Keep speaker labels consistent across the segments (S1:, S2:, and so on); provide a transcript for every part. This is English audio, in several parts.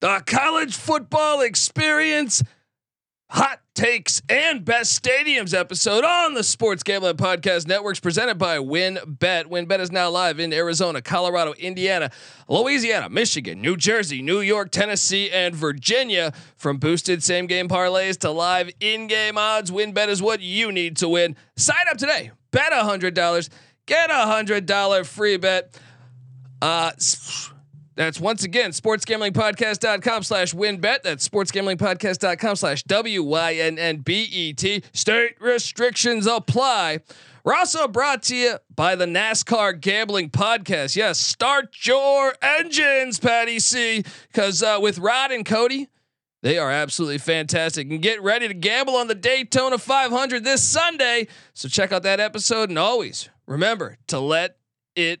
S1: the college football experience hot takes and best stadiums episode on the sports gambling podcast networks presented by winbet winbet is now live in arizona colorado indiana louisiana michigan new jersey new york tennessee and virginia from boosted same game parlays to live in-game odds winbet is what you need to win sign up today bet $100 get a $100 free bet uh, that's once again sportsgamblingpodcast.com slash winbet. That's sportsgamblingpodcast.com slash W Y N N B E T. State restrictions apply. We're also brought to you by the NASCAR Gambling Podcast. Yes, start your engines, Patty C, because uh, with Rod and Cody, they are absolutely fantastic. And get ready to gamble on the Daytona 500 this Sunday. So check out that episode and always remember to let it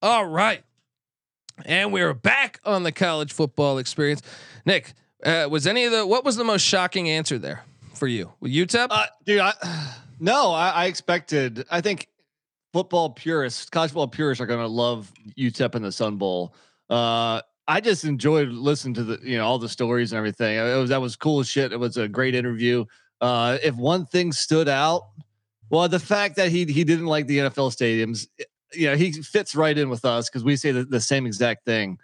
S1: All right. And we're back on the college football experience. Nick, uh, was any of the what was the most shocking answer there for you? UTEP?
S2: Uh, dude, I, no, I, I expected. I think football purists, college football purists, are going to love UTEP and the Sun Bowl. Uh, I just enjoyed listening to the, you know, all the stories and everything. It was that was cool as shit. It was a great interview. Uh, if one thing stood out, well, the fact that he he didn't like the NFL stadiums, eh, you know, he fits right in with us because we say the, the same exact thing.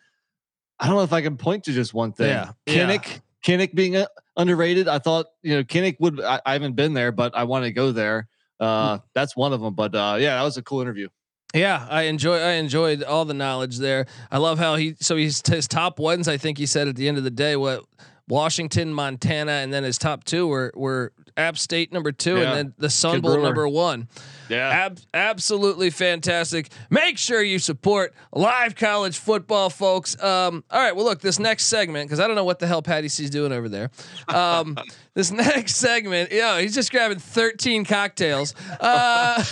S2: I don't know if I can point to just one thing.
S1: Yeah.
S2: Kinnick, Kinnick being uh, underrated. I thought, you know, Kinnick would, I, I haven't been there, but I want to go there. Uh, that's one of them. But uh, yeah, that was a cool interview.
S1: Yeah, I enjoy I enjoyed all the knowledge there. I love how he so he's his top ones. I think he said at the end of the day what Washington, Montana, and then his top two were were App State number two,
S2: Yeah.
S1: and then the Sun
S2: Kid
S1: Bowl
S2: Brewer.
S1: number one.
S2: Yeah.
S1: Ab- absolutely fantastic. Make sure you support live college football, folks. Um, all right, well, look, this next segment, because I don't know what the hell Patty C's doing over there. Um, this next segment, yo, he's just grabbing 13 cocktails. Uh,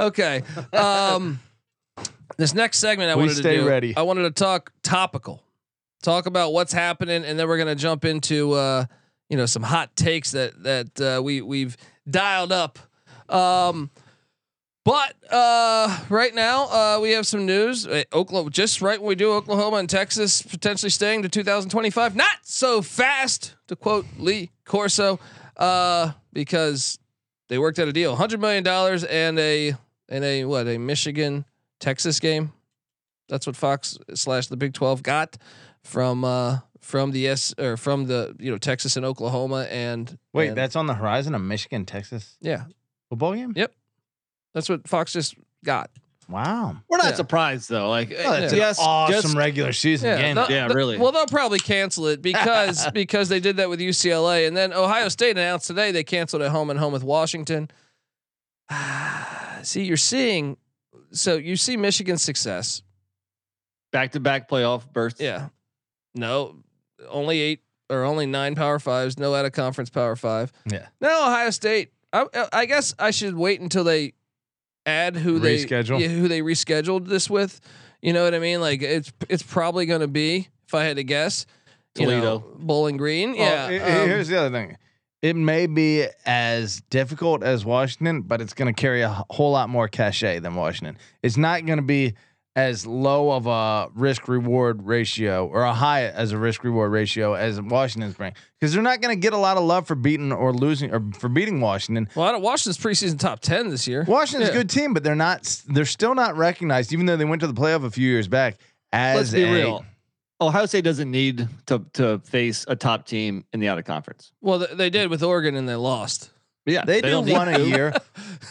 S1: okay. Um, this next segment, I
S3: We
S1: wanted
S3: stay
S1: to do,
S3: ready.
S1: I wanted to talk topical, talk about what's happening, and then we're gonna jump into uh, you know some hot takes that that uh, we we've dialed up. Um, but uh, right now uh, we have some news. Uh, Oklahoma, just right when we do Oklahoma and Texas potentially staying to 2025. Not so fast, to quote Lee Corso, uh, because they worked out a deal, hundred million dollars and a and a what a Michigan Texas game. That's what Fox slash the Big Twelve got from uh, from the S or from the you know Texas and Oklahoma and
S3: Wait,
S1: and-
S3: that's on the horizon of Michigan, Texas
S1: yeah
S3: football game.
S1: Yeah. that's what Fox just got.
S3: Wow,
S2: We're not
S1: Yeah.
S2: surprised though. Like,
S3: oh, that's an
S2: yes,
S3: awesome
S2: just-
S3: regular season game.
S1: they'll-
S2: Yeah,
S1: they'll-
S2: really.
S1: Well, they'll probably cancel it because because they did that with UCLA, and then Ohio State announced today they canceled at home and home with Washington. see, you're seeing, so you see Michigan's success.
S2: back-to-back playoff bursts.
S1: Yeah, no, only eight or only nine Power Fives, no out of conference Power Five.
S3: Yeah.
S1: no Ohio State. I, I guess I should wait until they add who
S3: Reschedule?
S1: they yeah, who they rescheduled this with. You know what I mean? Like it's it's probably going to be if I had to guess. you know,
S2: Toledo.
S1: Bowling Green.
S3: Well,
S1: Yeah.
S3: he-
S1: um,
S3: here's the other thing. It may be as difficult as Washington, but it's going to carry a h- whole lot more cachet than Washington. It's not going to be as low of a risk reward ratio or a high as a risk reward ratio as Washington's bringing because they're not going to get a lot of love for beating or losing or for beating Washington.
S1: well, I don't, Washington's preseason top ten this year.
S3: Washington's
S1: Yeah.
S3: a good team, but they're not. s- They're still not recognized, even though they went to the playoff a few years back. As
S2: Let's be
S3: a-
S2: real. Ohio State doesn't need to to face a top team in the out of conference.
S1: Well, th- they did with Oregon and they lost.
S2: Yeah,
S3: They, do
S2: don't need
S3: one a
S2: to.
S3: year,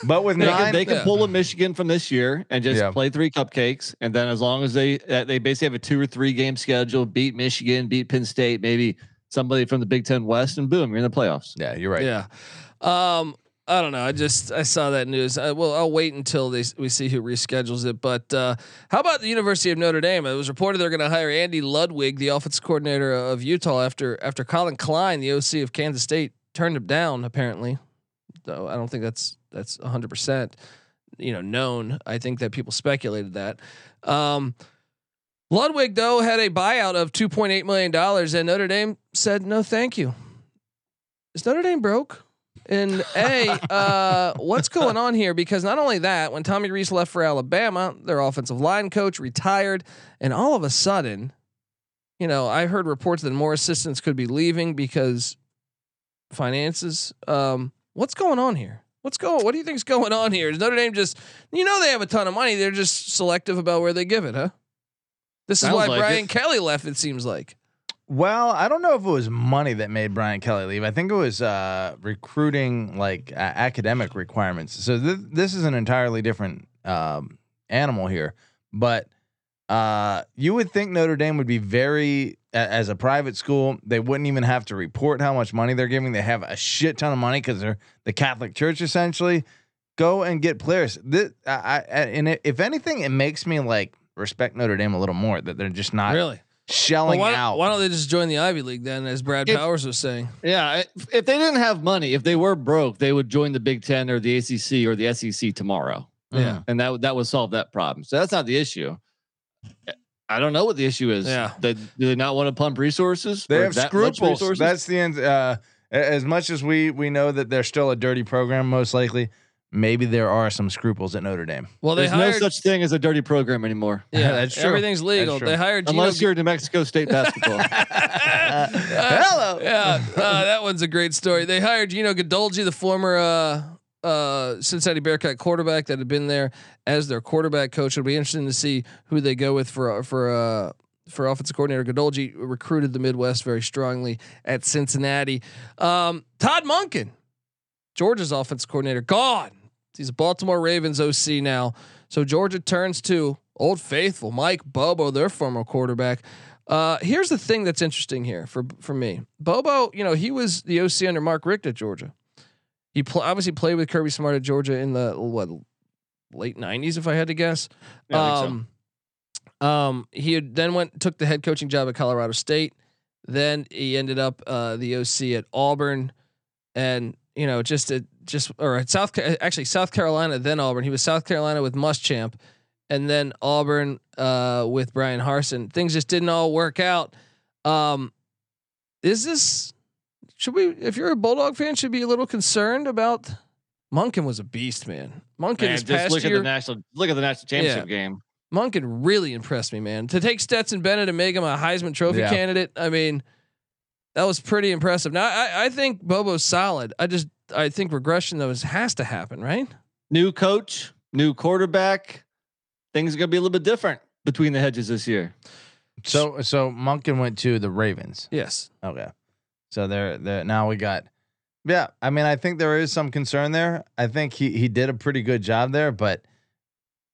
S3: but with
S2: They
S3: nine,
S2: can, they can
S1: Yeah.
S2: pull a Michigan from this year and just
S3: Yeah.
S2: play three cupcakes, and then as long as they uh, they basically have a two or three game schedule, beat Michigan, beat Penn State, maybe somebody from the Big Ten West, and boom, you're in the playoffs.
S3: yeah, you're right.
S1: Yeah. Um, I don't know. I just I saw that news. I, well, I'll wait until they, s- we see who reschedules it. But uh, how about the University of Notre Dame? It was reported they're going to hire Andy Ludwig, the offensive coordinator of Utah, after after Colin Klein, the OC of Kansas State, turned him down. Apparently, though I don't think that's that's 100 percent you know known. I think that people speculated that. Um, Ludwig though had a buyout of 2.8 million dollars, and Notre Dame said no, thank you. Is Notre Dame broke? And a, uh, what's going on here? Because not only that, when Tommy Reese left for Alabama, their offensive line coach retired, and all of a sudden, you know, I heard reports that more assistants could be leaving because finances. Um, what's going on here? What's going? What do you think's going on here? Is Notre Dame just, you know, they have a ton of money. They're just selective about where they give it, huh? This is
S2: Sounds
S1: why
S2: like
S1: Brian
S2: it.
S1: Kelly left. It seems like.
S3: Well, I don't know if it was money that made Brian Kelly leave. I think it was uh, recruiting, like uh, academic requirements. So th- this is an entirely different um, animal here. But uh, you would think Notre Dame would be very, a- as a private school, they wouldn't even have to report how much money they're giving. They have a shit ton of money because they're the Catholic Church essentially. Go and get players. This, I, I, and it, if anything, it makes me like respect Notre Dame a little more that they're just not
S1: really?
S3: shelling
S1: why,
S3: out.
S1: why don't they just join the Ivy League then, as Brad
S2: If-
S1: Powers was saying?
S2: Yeah, if, if they didn't have money, if they were broke, they would join the Big Ten or the ACC or the SEC tomorrow,
S1: Yeah.
S2: and that would that would solve that problem. So that's not the issue. I don't know what the issue is.
S1: Yeah.
S2: They, do they not want to pump resources?
S3: They
S2: or
S3: have
S2: that much
S3: scruples.
S2: resources?
S3: That's the end. Uh, a- as much as we we know that they're still a dirty program, most likely, maybe there are some scruples at Notre Dame.
S1: Well, they
S2: There's
S1: hired.
S2: no such thing as a dirty program anymore,
S1: yeah,
S3: That's true.
S1: Everything's legal.
S3: That's true.
S1: They hired Gino.
S2: unless you're New Mexico State basketball.
S3: hello.
S1: yeah, uh, that one's a great story. They hired Gino Gadolgi, the former uh, uh, Cincinnati Bearcat quarterback that had been there as their quarterback coach. It'll be interesting to see who they go with for for uh, for offensive coordinator. Gadolgi recruited the Midwest very strongly at Cincinnati. Um, Todd Munkin, Georgia's offensive coordinator, gone. He's a Baltimore Ravens OC now. So Georgia turns to Old Faithful, Mike Bobo, their former quarterback. Uh, here's the thing that's interesting here for for me. Bobo, you know, he was the OC under Mark Richt at Georgia. He pl- obviously played with Kirby Smart at Georgia in the what late '90s, if I had to guess.
S2: Yeah, I think so.
S1: um, he had then went took the head coaching job at Colorado State. Then he ended up uh, the OC at Auburn, and you know, just at just or at South Ca- actually South Carolina, then Auburn. He was South Carolina with Muschamp, and then Auburn uh, with Brian Harson. Things just didn't all work out. Um, is this should we? If you're a Bulldog fan, should be a little concerned about. Munkin was a beast, man. Munkin
S2: Man,
S1: is
S2: just
S1: past
S2: look
S1: year.
S2: at the national look at the national championship game.
S1: Monken really impressed me, man. To take Stetson Bennett and make him a Heisman Trophy
S3: Yeah.
S1: candidate, I mean, that was pretty impressive. Now, I, I think Bobo's solid. I just, I think regression though is, has to happen, right?
S2: New coach, new quarterback. Things are gonna be a little bit different between the hedges this year.
S3: So so Munkin went to the Ravens.
S1: Yes.
S3: Okay. So there there now we got. Yeah, I mean, I think there is some concern there. I think he he did a pretty good job there, but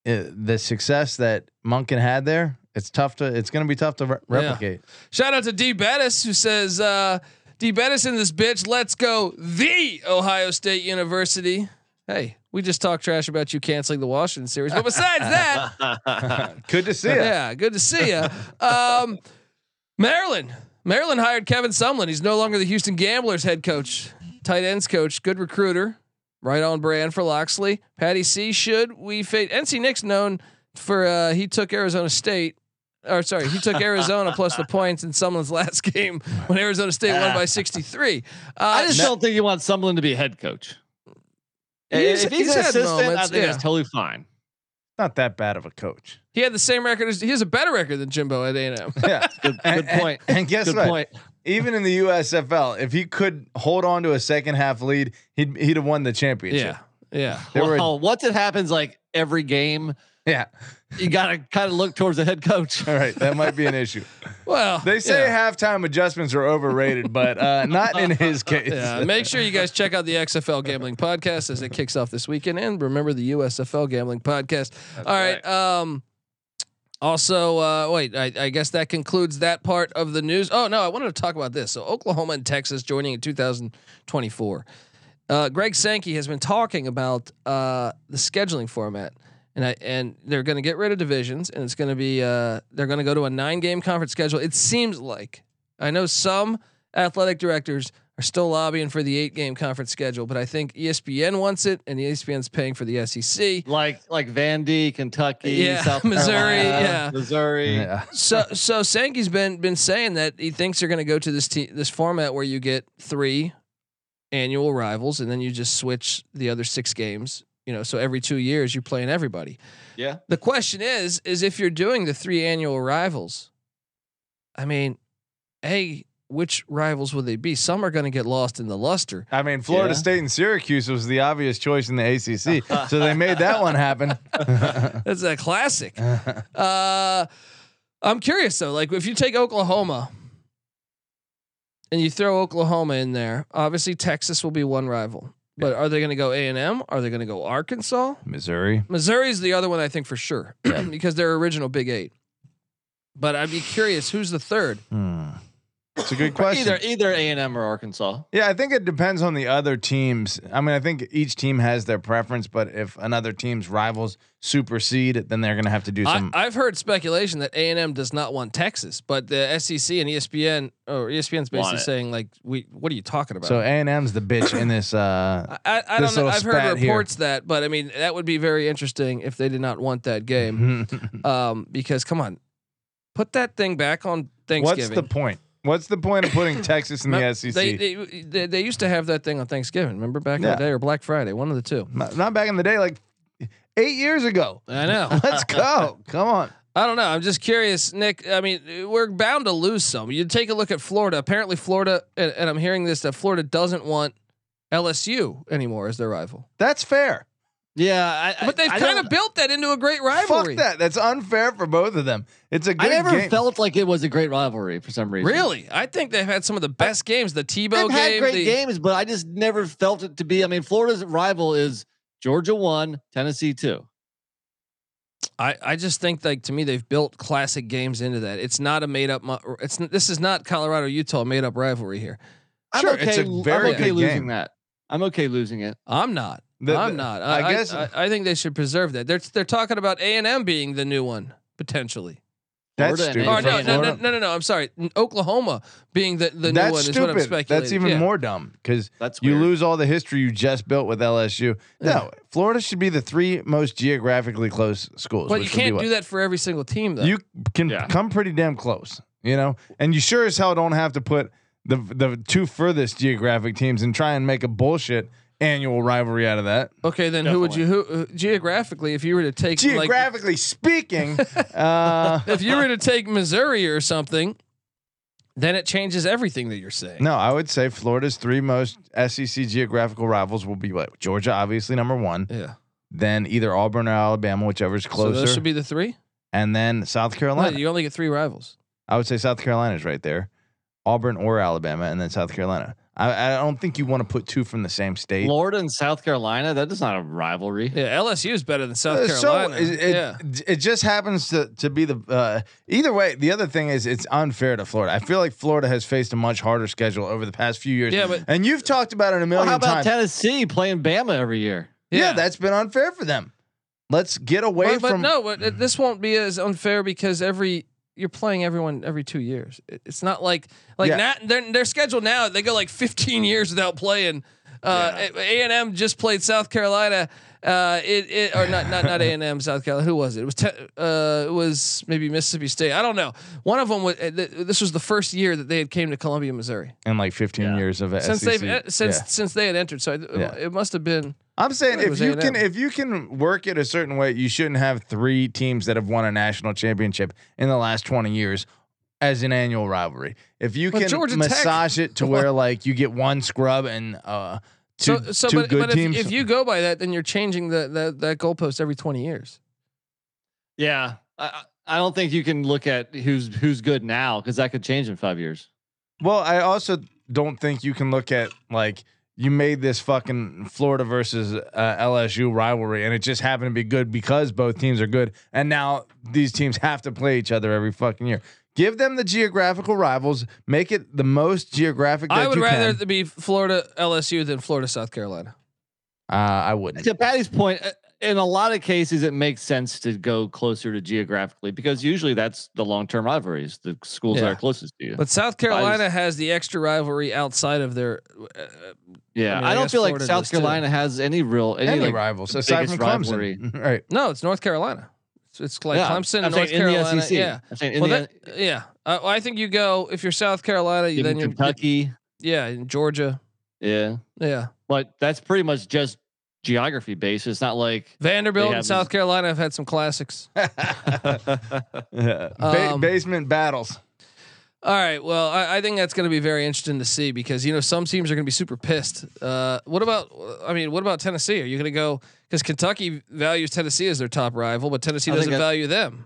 S3: uh the success that Munkin had there, it's tough to it's going to be tough to re-
S1: Yeah.
S3: replicate.
S1: Shout out to D Bettis who says, uh, D Bettis in this bitch, let's go the Ohio State University. Hey, we just talked trash about you canceling the Washington series, but besides that,
S3: Good to see
S1: Yeah.
S3: it.
S1: good to see you. Um, Maryland. Maryland hired Kevin Sumlin. He's no longer the Houston Gamblers head coach, tight ends coach, good recruiter, right on brand for Loxley. Patty C. Should we fade? NC Nick's known for uh, he took Arizona State. Or sorry, he took Arizona plus the points in Sumlin's last game when Arizona State won by 63. Uh,
S2: I just don't think you want someone to be head coach.
S1: He's-
S2: if he's,
S1: he's
S2: an
S1: had
S2: assistant, I
S1: moments,
S2: think
S1: yeah.
S2: that's totally fine.
S3: Not that bad of a coach.
S1: he had the same record as he has a better record than Jimbo at A&M.
S3: Yeah.
S2: Good,
S3: And-
S2: good point.
S3: And, and guess
S2: Good
S3: what?
S2: point.
S3: Even in the USFL, if he could hold on to a second half lead, he'd he'd have won the championship.
S1: Yeah, yeah.
S3: There were-
S2: Well, once it happens like every game,
S3: Yeah.
S2: You got to kind of look towards the head coach.
S3: All right. That might be an issue.
S1: Well,
S3: They say halftime adjustments are overrated, but uh, not in his case.
S1: Yeah, Uh, make sure you guys check out the XFL Gambling Podcast as it kicks off this weekend, and remember the USFL Gambling Podcast. All right. Um, also, uh, wait, I, I guess that concludes that part of the news. Oh no, I wanted to talk about this. So Oklahoma and Texas joining in 2024. Uh, Greg Sankey has been talking about uh, the scheduling format. And, I, and they're going to get rid of divisions, and it's going to be uh, they're going to go to a nine game conference schedule. It seems like I know some athletic directors are still lobbying for the eight game conference schedule, but I think E ESPN wants it, and E ESPN's paying for the E SEC.
S2: Like like Van D, Kentucky,
S1: Yeah,
S2: South
S1: Missouri,
S2: Carolina,
S1: yeah.
S2: Missouri.
S3: Yeah.
S1: So so Sankey's been been saying that he thinks they're going to go to this te- this format where you get three annual rivals, and then you just switch the other six games. You know, so every two years you're playing everybody.
S2: Yeah.
S1: The question is, is if you're doing the three annual rivals, I mean, a which rivals would they be? Some are going to get lost in the luster.
S3: I mean, Florida
S2: Yeah.
S3: State and Syracuse was the obvious choice in the ACC, so they made that one happen.
S1: That's a classic. Uh, I'm curious though. Like, if you take Oklahoma and you throw Oklahoma in there, obviously Texas will be one rival. But are they going to go A and M? Are they going to go Arkansas?
S3: Missouri.
S1: Missouri's the other one I think for sure because they're original Big Eight. But I'd be curious who's the third.
S3: Hmm. It's a good question.
S2: Either either A and M or Arkansas.
S3: Yeah, I think it depends on the other teams. I mean, I think each team has their preference, but if another team's rivals supersede, then they're going to have to do
S1: I,
S3: some.
S1: I've heard speculation that A and M does not want Texas, but the SEC and E ESPN or E ESPN's
S2: Want
S1: basically
S2: it.
S1: saying like, "We, what are you talking about?"
S3: so A and M's the bitch in this. Uh,
S1: I- I, I
S3: this
S1: don't know.
S3: little
S1: I've
S3: spat
S1: heard
S3: here.
S1: reports that, but I mean, that would be very interesting if they did not want that game.
S3: Mm-hmm.
S1: Um, because come on, put that thing back on
S3: what's
S1: Thanksgiving.
S3: the point? What's the point of putting Texas in
S1: Remem-
S3: the E SEC?
S1: They, they, they they used to have that thing on Thanksgiving. Remember back in
S3: Yeah.
S1: the day or Black Friday, one of the two.
S3: Not not back in the day, like eight years ago.
S1: I know.
S3: Let's go. Come on.
S1: I don't know. I'm just curious, Nick. I mean, we're bound to lose some. You take a look at Florida. Apparently, Florida, and, and I'm hearing this that Florida doesn't want LSU anymore as their rival.
S3: That's fair.
S2: Yeah, I,
S1: But they've
S2: I- I
S1: kind
S2: don't-
S1: of built that into a great rivalry.
S3: Fuck that. That's unfair for both of them. It's a good
S2: I never
S3: game.
S2: felt like it was a great rivalry for some reason.
S1: Really, I think they've had some of the best games. The Tebow
S2: They've
S1: game,
S2: had great
S1: the,
S2: games, but I just never felt it to be. I mean, Florida's rival is Georgia one, Tennessee two.
S1: I, I just think like to me they've built classic games into that. It's not a made up. mu- It's n- this is not Colorado Utah made up rivalry here.
S2: I'm
S3: Sure,
S2: okay.
S3: it's a very
S2: I'm okay
S3: good
S2: losing
S3: game.
S2: that. I'm okay losing it.
S1: I'm not.
S3: The-
S1: I'm
S3: the-
S1: not.
S3: I
S1: I, I
S3: guess-
S1: guess I, I think they should preserve that. They're they're talking about A and M being the new one potentially.
S3: That's
S2: Florida and
S3: stupid.
S1: Or
S2: Maybe
S1: no,
S2: from
S1: no, no,
S2: Florida.
S1: no, no, no. I'm sorry. N- Oklahoma being the, the new
S3: That's
S1: one is what
S3: stupid.
S1: I'm speculating.
S3: That's even
S1: Yeah.
S3: more dumb because
S2: That's
S3: you
S2: weird.
S3: lose all the history you just built with LSU.
S1: Yeah.
S3: No, Florida should be the three most geographically close schools.
S1: But
S3: which
S1: you
S3: would be
S1: can't
S3: what?
S1: do that for every single team though.
S3: You can
S2: Yeah.
S3: come pretty damn close, you know, and you sure as hell don't have to put the the two furthest geographic teams and try and make a bullshit annual rivalry out of that.
S1: okay, then who would you who uh, geographically if you were to take like
S3: Geographically speaking, uh,
S1: if you were to take Missouri or something, then it changes everything that you're saying.
S3: no, I would say Florida's three most SEC geographical rivals will be what Georgia, obviously number one,
S1: Yeah.
S3: then either Auburn or Alabama, whichever's
S1: So
S3: closer,
S1: those should be the three.
S3: and then South
S1: No,
S3: Carolina.
S1: you only get three rivals.
S3: I would say South Carolina's right there, Auburn or Alabama, and then South Carolina. I, I don't think you want to put two from the same state.
S2: Florida and South Carolina. That is not a rivalry.
S1: Yeah, LSU is better than South
S3: Uh,
S1: Carolina.
S3: So it, it,
S1: yeah.
S3: it just happens to, to be the uh, either way. The other thing is it's unfair to Florida. I feel like Florida has faced a much harder schedule over the past few years.
S1: Yeah, but-
S3: and you've talked about it a
S2: Well,
S3: million
S2: how about
S3: times.
S2: Tennessee playing Bama every year?
S3: yeah. that's been unfair for them. Let's get away
S1: But, but
S3: from
S1: no, but it- this won't be as unfair because every you're playing everyone every two years. It- It's not like like
S3: Yeah.
S1: now they're they're scheduled now. They go like 15 years without playing. Uh, A and M just played South Carolina. Uh, it, it or not not not A and M South Carolina. Who was it? It was te- uh, it was maybe Mississippi State. I don't know. One of them was. uh, th- This was the first year that they had came to Columbia, Missouri.
S3: in like 15
S2: Yeah.
S3: years of
S1: since
S3: SEC.
S1: they've eh, since
S3: E Yeah.
S1: since they had entered. So I,
S3: Yeah.
S1: it must have been.
S3: I'm saying
S1: It
S3: if
S1: was
S3: you
S1: A&M.
S3: can if you can work it a certain way, you shouldn't have three teams that have won a national championship in the last 20 years as an annual rivalry. If you
S1: But
S3: can
S1: Georgia Tech-
S3: massage it to where like you get one scrub and uh two,
S1: So so
S3: two
S1: but,
S3: good
S1: but if,
S3: teams,
S1: if you go by that, then you're changing the, the that goalpost every 20 years.
S2: Yeah, I, I I don't think you can look at who's who's good now because that could change in five years.
S3: Well, I also don't think you can look at like you made this fucking Florida versus uh, LSU rivalry, and it just happened to be good because both teams are good, and now these teams have to play each other every fucking year. Give them the geographical rivals, make it the most geographic. That
S1: I would
S3: you
S1: rather
S3: Can.
S1: it be Florida LSU than Florida South Carolina.
S3: uh, I wouldn't.
S2: To Patty's point, uh, in a lot of cases, it makes sense to go closer to geographically because usually that's the long term rivalries, the schools that
S1: Yeah.
S2: are closest to you.
S1: But South Carolina has the extra rivalry outside of their. Uh,
S2: yeah,
S1: I
S2: I,
S1: mean, I
S2: don't
S1: guess
S2: feel like
S1: Florida
S2: South
S1: does too.
S2: Carolina has any real any,
S3: Any
S2: like,
S3: rivals
S2: the
S3: aside from
S2: biggest
S3: Clemson,
S2: rivalry.
S3: right?
S1: no, it's North Carolina. It's, it's like
S2: Yeah,
S1: Clemson and
S2: I'm saying
S1: North Carolina.
S2: In the SEC.
S1: Yeah.
S2: I'm saying in
S1: Well,
S2: the,
S1: that, yeah. I, I think you go if you're South Carolina, you,
S2: even
S1: then you're
S2: Kentucky.
S1: yeah in Georgia.
S2: Yeah,
S1: Yeah,
S2: but that's pretty much just geography based. It's not like They
S1: Vanderbilt and
S2: have-
S1: South Carolina have had some classics.
S3: Ba-
S1: Um,
S3: basement battles.
S1: All right. Well, I, I think that's going to be very interesting to see because you know some teams are going to be super pissed. Uh, what about? I mean, what about Tennessee? Are you going to go because Kentucky values Tennessee as their top rival, but Tennessee
S2: I think
S1: doesn't
S2: that-
S1: value them.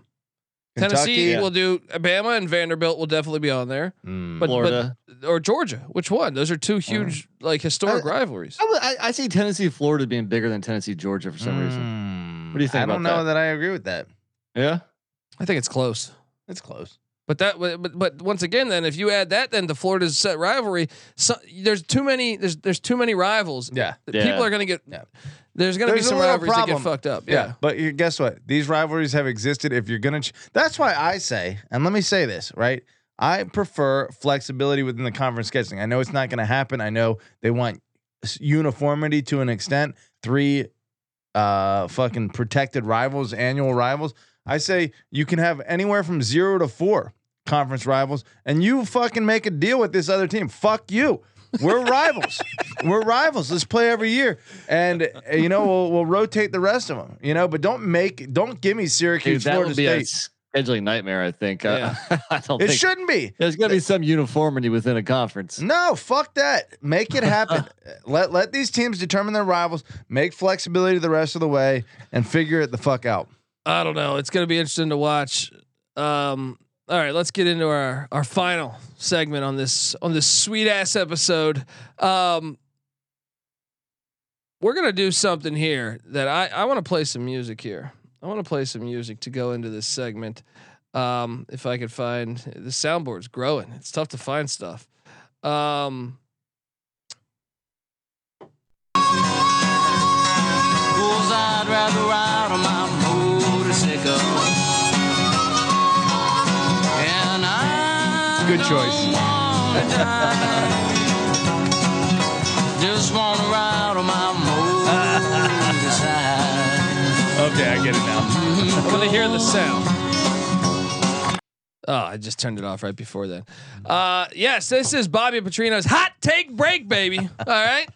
S1: Tennessee
S3: Kentucky?
S1: will do Alabama and Vanderbilt will definitely be on there,
S3: Mm.
S1: but,
S2: Florida.
S1: but or Georgia. Which one? Those are two huge like historic
S2: I-
S1: rivalries.
S2: I, would- I, I see Tennessee, Florida being bigger than Tennessee, Georgia for some reason.
S3: Mm.
S2: What do you think
S3: I don't
S2: about
S3: know that? I agree with that.
S2: Yeah.
S1: I think it's close.
S3: It's close.
S1: But that, but, but once again, then if you add that, then to Florida's set rivalry, so, there's too many. There's there's too many rivals.
S3: Yeah.
S1: People
S2: Yeah.
S1: are gonna get.
S3: Yeah.
S1: There's gonna
S3: There's
S1: be
S3: a
S1: some
S3: little
S1: rivalries that
S3: problem.
S1: get fucked up.
S3: Yeah. But you, guess what? These rivalries have existed. If you're going to, ch- that's why I say, and let me say this, right? I prefer flexibility within the conference scheduling. I know it's not going to happen. I know they want s- uniformity to an extent, three uh, fucking protected rivals, annual rivals. I say you can have anywhere from zero to four conference rivals, and you fucking make a deal with this other team. Fuck you. We're rivals. We're rivals. Let's play every year, and uh, you know we'll, we'll rotate the rest of them. You know, but don't make don't give me
S2: Dude,
S3: Syracuse,
S2: that
S3: Florida
S2: would be a
S3: State.
S2: scheduling nightmare, I think. I- I don't
S3: It
S2: think
S3: shouldn't be.
S2: there's going to be some uniformity within a conference.
S1: Mm.
S3: No, fuck that. Make it happen. let let these teams determine their rivals. Make flexibility the rest of the way, and figure it the fuck out.
S1: I don't know. It's gonna be interesting to watch. Um, all right, let's get into our our final segment on this on this sweet ass episode. Um, we're gonna do something here that I I want to play some music here. I want to play some music to go into this segment. Um, if I could find the soundboard's growing, it's tough to find stuff. Um,
S4: Fools, I'd rather ride on my motorcycle. And I
S3: Good choice.
S4: don't wanna die. Just wanna ride on my motorcycle.
S3: Okay, I get it now.
S1: I'm gonna hear the sound. Oh, I just turned it off right before then. Uh, yes, this is Bobby Petrino's hot take break, baby. All right.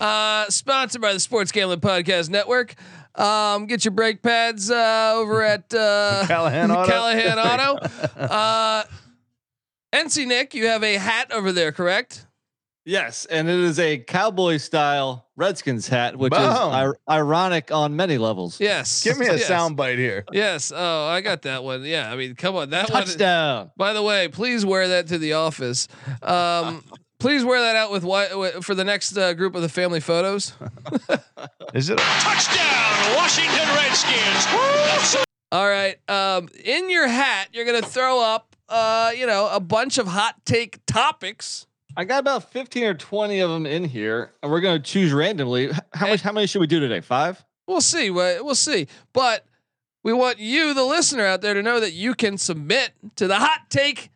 S1: Uh, sponsored by the Sports Gambling Podcast Network. Um, get your brake pads uh, over at uh,
S3: Callahan Auto.
S1: Callahan Auto. Uh, NC Nick, you have a hat over there, correct?
S2: Yes, and it is a cowboy style Redskins hat, which is
S3: Boom.
S2: ir- ironic on many levels.
S1: Yes.
S3: Give me a
S1: yes.
S3: sound bite here.
S1: Yes. Oh, I got that one. Yeah. I mean, come on. That one.
S2: Touchdown.
S1: By the way, please wear that to the office. Um, please wear that out with what for the next uh, group of the family photos.
S3: Is it?
S5: Touchdown, Washington Redskins.
S1: All right. Um, in your hat, you're gonna throw up, uh, you know, a bunch of hot take topics.
S2: I got about 15 or 20 of them in here, and we're going to choose randomly. H- How much how many should we do today? 5?
S1: We'll see. wha- We'll see. But we want you, the listener out there, to know that you can submit to the hot take.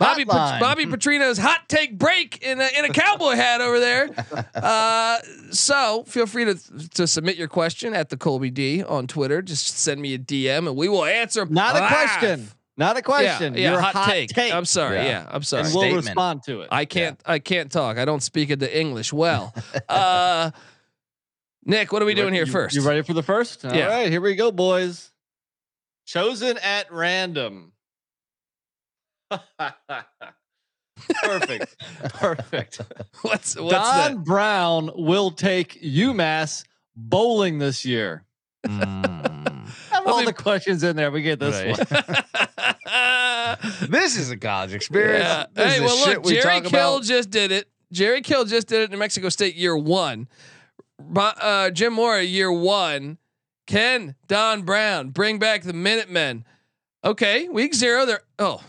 S1: Bobby Pat-
S3: Hotline.
S1: Bobby Petrino's hot take break in a, in a cowboy hat over there. Uh, so feel free to to submit your question at the Colby D on Twitter. Just send me a DM and we will answer.
S2: Not a
S1: live.
S2: question. Not a question.
S1: Yeah, yeah
S2: Your
S1: hot, take. I'm sorry. Yeah,
S3: Yeah.
S1: I'm sorry.
S2: and we'll
S3: statement.
S2: respond to it.
S1: I can't. I can't talk. I don't speak the English well. Uh, Nick, what are we
S2: You
S1: doing
S2: re-
S1: here
S2: you-
S1: first?
S2: You ready for the first? All right,
S1: Yeah.
S2: here we go, boys. Chosen at random. Perfect. Perfect.
S1: What's what's
S2: Don
S1: that?
S2: Brown will take UMass bowling this year.
S3: Mm.
S2: How all the questions in there. We get this
S3: Right.
S2: one.
S3: This is a college experience.
S1: Yeah.
S3: This
S1: Hey,
S3: is the
S1: well,
S3: shit
S1: look,
S3: we
S1: Jerry
S3: talk
S1: Kill
S3: about.
S1: just did it. Jerry Kill just did it in New Mexico State year one. Bo- uh, Jim Mora year one. Ken Don Brown bring back the Minutemen. Okay, week zero. They're oh,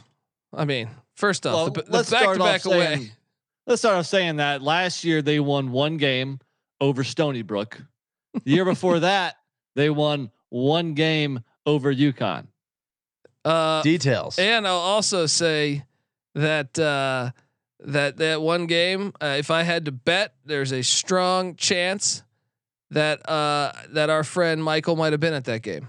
S1: I mean, first off,
S2: Well,
S1: the, the
S2: let's
S1: back
S2: start
S1: to
S2: off
S1: back away.
S2: saying- Let's start off saying that last year they won one game over Stony Brook. The year before that, they won one game over UConn.
S1: Uh,
S3: Details.
S1: and I'll also say that uh, that that one game, uh, if I had to bet, there's a strong chance that uh, that our friend Michael might have been at that game.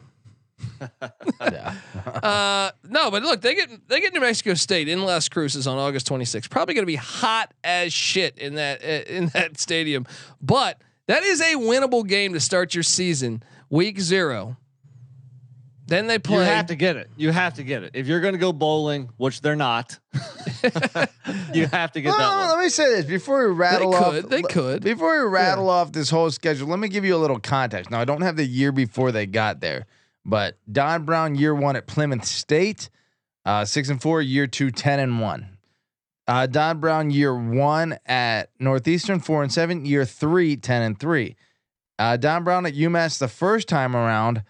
S3: Yeah.
S1: Uh, no, but look, they get they get New Mexico State in Las Cruces on August 26th. Probably going to be hot as shit in that eh, in that stadium. But that is a winnable game to start your season, week zero. Then they
S2: You
S1: play.
S2: have to get it. You have to get it. If you're going to go bowling, which they're not, you have to get
S3: Well,
S2: that one.
S3: Uh, Let me say this before we rattle off.
S1: could, they
S3: le-
S1: could.
S3: Before we rattle off this whole schedule, let me give you a little context. Now, I don't have the year before they got there, but Don Brown year one at Plymouth State, uh, six and four. Year two, 10 and one. Uh, Don Brown year one at Northeastern, four and seven. Year three, 10 and three. Uh, Don Brown at UMass the first time around.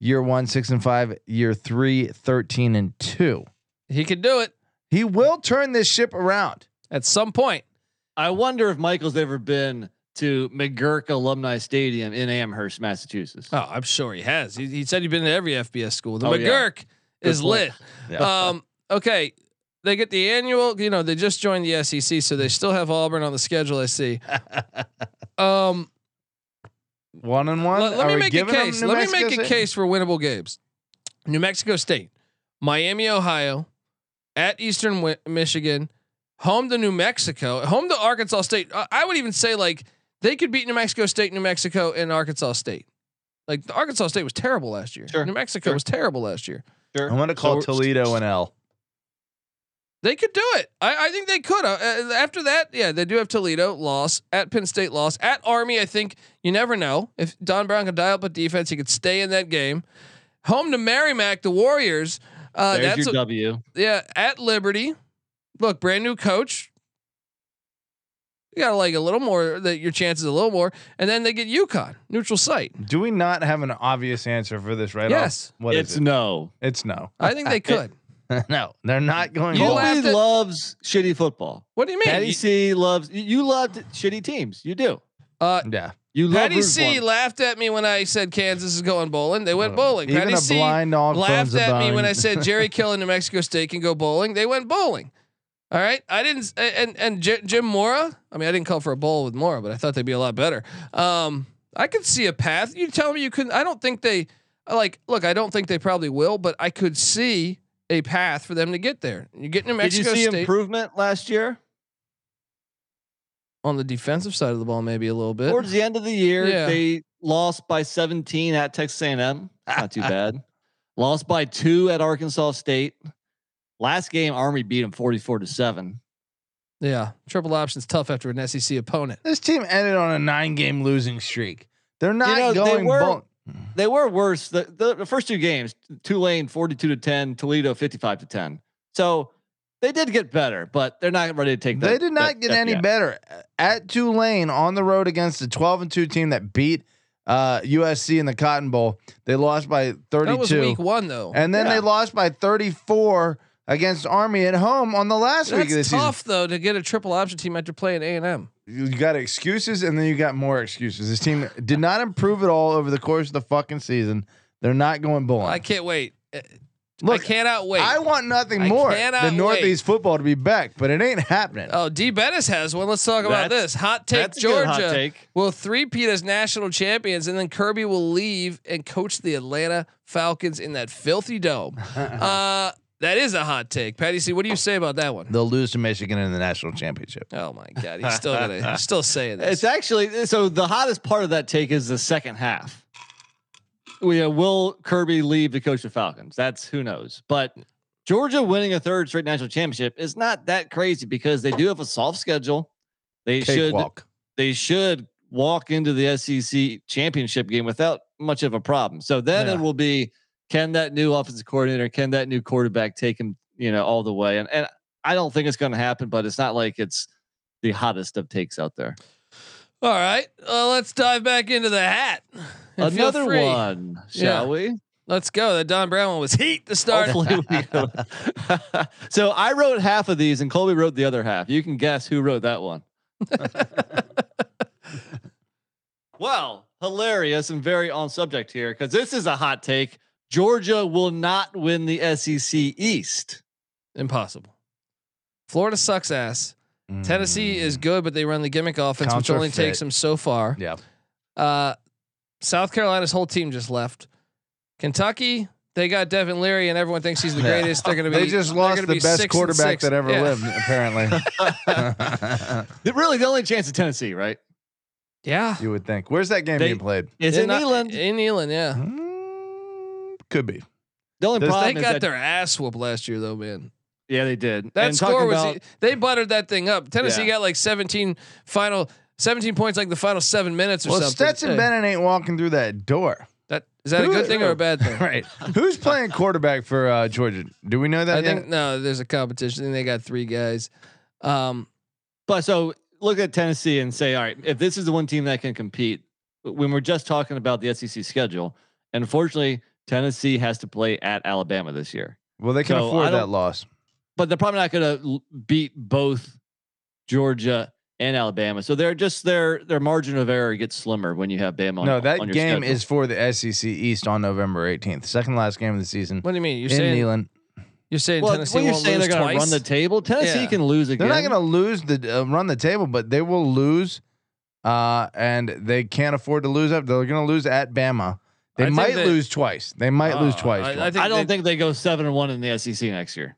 S3: Year one, six and five. Year three, 13 and two.
S1: he could do it
S3: He will turn this ship around.
S1: at some point.
S2: I wonder if Michael's ever been to McGurk Alumni Stadium in Amherst, Massachusetts.
S1: Oh, I'm sure he has. He, he said he'd been to every FBS school. The
S2: Oh, yeah.
S1: McGurk
S2: Good
S1: is
S2: point.
S1: lit.
S3: Yeah.
S1: Um, okay. They get the annual, you know, they just joined the SEC, so they still have Auburn on the schedule, I see. Um,
S3: One and one.
S1: let, let
S3: Are
S1: me
S3: we
S1: make a
S3: giving them
S1: case.
S3: New
S1: Let
S3: Mexico
S1: me make a
S3: State?
S1: case for winnable games. New Mexico State, Miami, Ohio, at Eastern Wi- Michigan, home to New Mexico, home to Arkansas State. I, I would even say like they could beat New Mexico State, New Mexico, and Arkansas State. Like the Arkansas State was terrible last year.
S2: Sure,
S1: New Mexico
S2: sure.
S1: was terrible last year.
S2: Sure.
S3: I'm gonna call
S2: So-
S3: Toledo an L.
S1: They could do it. I, I think they could. Uh, uh, after that, yeah, they do have Toledo loss at Penn State loss at Army. I think you never know if Don Brown can dial up a defense, he could stay in that game. Home to Merrimack, the Warriors. Uh,
S2: There's
S1: that's
S2: your
S1: a-
S2: W.
S1: yeah at Liberty. Look, brand new coach. You gotta like a little more that your chances a little more, and then they get UConn neutral site.
S3: Do we not have an obvious answer for this right
S1: Yes.
S3: off? What is
S2: it's
S3: it?
S2: no.
S3: It's no.
S1: I think they could.
S3: no, they're not going.
S1: You
S3: gold.
S1: laugh-
S2: Colby
S1: laughed at-
S2: loves shitty football.
S1: What do you mean?
S2: Patty C loves you- you loved shitty teams. You do.
S1: Uh,
S3: yeah,
S2: You love
S1: Patty
S2: Route
S1: C
S2: One.
S1: laughed at me when I said Kansas is going bowling. They went
S3: Well,
S1: bowling.
S3: even
S1: Patty
S3: a
S1: C
S3: blind dog
S1: laughed
S3: throws a
S1: at me
S3: bone.
S1: when I said Jerry Kill in New Mexico State can go bowling. They went bowling. All right, I didn't. s- And and J- Jim Mora. I mean, I didn't call for a bowl with Mora, but I thought they'd be a lot better. Um, I could see a path. You tell me you couldn't. I don't think they like. Look, I don't think they probably will, but I could see a path for them to get there. You get New
S2: Did you
S1: Mexico
S2: see
S1: State
S2: improvement last year?
S1: on the defensive side of the ball, maybe a
S3: Uh,
S1: little bit.
S2: Towards the end of the year,
S1: Yeah.
S2: they lost by 17 at Texas A&M. Not too bad. Lost by two at Arkansas State. Last game, Army beat them 44 to seven.
S1: yeah, triple options tough after an SEC opponent.
S3: this team ended on a nine-game losing streak. They're not
S2: know, they
S3: going.
S2: were-
S3: bol-
S2: They were worse. The, the, the first two games, Tulane 42 to 10, Toledo 55 to 10. So they did get better, but they're not ready to take that.
S3: they did not
S2: that
S3: get
S2: step
S3: any
S2: yet.
S3: better at Tulane on the road against the 12 and two team that beat uh, USC in the Cotton Bowl. They lost by 32.
S1: That was week one though.
S3: And then
S2: Yeah.
S3: they lost by 34 against Army at home on the last week of the
S1: That's
S3: season.
S1: tough though to get a triple option team after playing A and M.
S3: You got excuses and then you got more excuses. This team did not improve at all over the course of the fucking season. They're not going bowling.
S1: I can't wait. Uh,
S3: Look,
S1: I cannot wait.
S3: I want nothing
S1: I
S3: more
S1: cannot
S3: than Northeast football to be back, but it ain't happening.
S1: oh, D Bettis has one. Let's talk about
S2: That's-
S1: this hot take.
S2: that's a good
S1: Georgia
S2: hot take.
S1: will three-peat as national champions, and then Kirby will leave and coach the Atlanta Falcons in that filthy dome. uh, that is a hot take, Patty C. What do you say about that one?
S3: They'll lose to Michigan in the national championship.
S1: Oh my God, he's still gonna, he's still saying this.
S2: It's actually so the hottest part of that take is the second half. We uh, will Kirby leave to coach the Falcons. That's who knows. But Georgia winning a third straight national championship is not that crazy because they do have a soft schedule. They should
S3: Cakewalk.
S2: they should E walk into the SEC championship game without much of a problem. So then
S3: Yeah.
S2: it will be Can that new offensive coordinator, can that new quarterback take him, you know, all the way? And and I don't think it's going to happen, but it's not like it's the hottest of takes out there.
S1: All right, uh, let's dive back into the hat. and feel
S2: Another
S1: free.
S2: one, shall
S1: Yeah.
S2: we?
S1: Let's go. That Don Brown one was heat to start.
S2: Hopefully we go. so I wrote half of these and Colby wrote the other half. You can guess who wrote that one. well, hilarious and very on subject here because this is a hot take. Georgia will not win the SEC East.
S1: Impossible. Florida sucks ass. Mm. Tennessee is good, but they run the gimmick offense, which only
S3: Hmm. Counterfeit.
S1: takes them so far.
S3: Yeah.
S1: Uh, South Carolina's whole team just left. Kentucky, they got Devin Leary, and everyone thinks he's the
S3: Yeah.
S1: greatest. They're going to be.
S3: they just
S1: they're
S3: lost
S1: gonna
S3: the
S1: be
S3: best
S1: six and
S3: quarterback
S1: six.
S3: that ever
S1: Yeah.
S3: lived, apparently.
S2: Really, the only chance at Tennessee, right?
S1: Yeah,
S3: you would think. Where's that game
S2: They-
S3: being played?
S2: Is in
S1: not-
S2: Neyland.
S1: In Neyland, yeah.
S3: Mm, Could be.
S2: The only
S3: Does-
S1: They
S2: problem is
S1: got
S2: that-
S1: their ass whooped last year, though, man.
S2: yeah, they did.
S1: That
S2: And talking
S1: score was e
S2: about-
S1: they buttered that thing up. Tennessee
S2: Yeah.
S1: got like 17 final 17 points like the final 7 minutes or
S3: Well,
S1: something.
S3: Stetson
S1: Hey,
S3: Bennett ain't walking through that door.
S1: that is that a good thing or a bad thing?
S3: right. Who's playing quarterback for uh, Georgia? Do we know that?
S1: I
S3: yet?
S1: think no, there's a competition and they got 3 guys. Um
S2: But so look at Tennessee and say, all right, if this is the one team that can compete, when we're just talking about the SEC schedule, and unfortunately, Tennessee has to play at Alabama this year.
S3: well, they can
S2: So, I
S3: afford that
S2: don't-
S3: loss.
S2: But they're probably not going to beat both Georgia and Alabama. So they're just their their margin of error gets slimmer when you have Bama. On,
S3: no, that
S2: on
S3: game
S2: your schedule.
S3: is for the SEC East on November 18th, second last game of the season
S1: what do you mean? You're
S3: in
S1: saying
S3: Neyland.
S1: you're saying
S2: Well,
S1: Tennessee
S2: well, you're
S1: won't
S2: saying
S1: lose
S2: they're going to
S1: twice?
S2: run the table. Tennessee
S1: Yeah.
S2: can lose
S3: They're
S2: again.
S3: not going to lose the uh, run the table, but they will lose, uh, and they can't afford to lose. Up, they're going to lose at Bama.
S1: I
S3: They
S1: think
S3: might
S1: that-
S3: lose twice. They might lose
S1: Uh,
S3: twice.
S1: I-
S3: Jordan.
S1: I think
S2: I don't
S1: they-
S2: think they go seven and one in the SEC next year.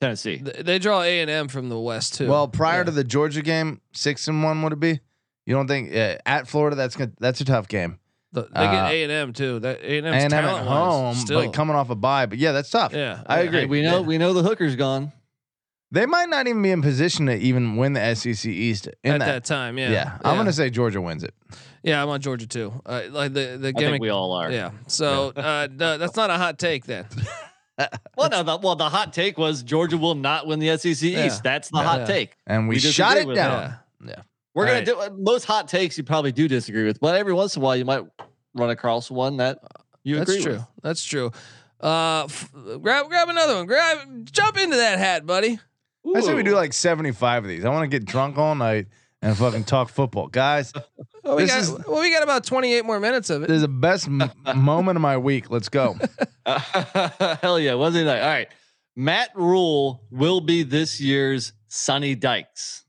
S2: Tennessee.
S1: Th- They draw A and M from the West too.
S3: Well, prior
S1: Yeah.
S3: to the Georgia game, six and one would it be? You don't think uh, at Florida that's gonna, that's a tough game,
S1: The- they get
S3: uh,
S1: A and M too. That A and
S3: and
S1: M's
S3: I'm at
S1: talent
S3: home,
S1: wise still.
S3: but coming off a bye. But yeah, that's tough.
S1: yeah,
S3: I
S1: yeah.
S3: agree.
S2: Hey, we know
S1: Yeah.
S2: we know the hooker's gone.
S3: They might not even be in position to even win the SEC East in
S1: at that,
S3: that.
S1: time. Yeah,
S3: yeah. I'm gonna say Georgia wins it.
S1: Yeah, I'm on Georgia too. Uh, like the the
S2: I think
S1: gimmick.
S2: we all are.
S1: Yeah. So uh, no, that's not a hot take then.
S2: Well, no, the, well, the hot take was Georgia will not win the SEC
S1: Yeah.
S2: East. That's the
S1: Yeah.
S2: hot
S1: Yeah.
S2: take.
S3: And we,
S2: We
S3: shot
S2: disagree
S3: it
S2: with
S3: down.
S2: We're
S1: All
S2: gonna do most hot takes. You probably do disagree with, but every once in a while you might run across one that you
S1: That's
S2: agree
S1: true.
S2: with.
S1: That's true. Uh, f- grab grab another one. Grab jump into that hat, buddy.
S3: I say we do
S2: Ooh.
S3: like 75 of these. I want to get drunk all night and fucking talk football, guys.
S1: Well, we
S3: This
S1: got
S3: is-
S1: well, we got about 28 more minutes of it.
S3: This is the best m- moment of my week. Let's go.
S2: Hell yeah, Wednesday night. All right, Matt Rule will be this year's Sonny Dykes.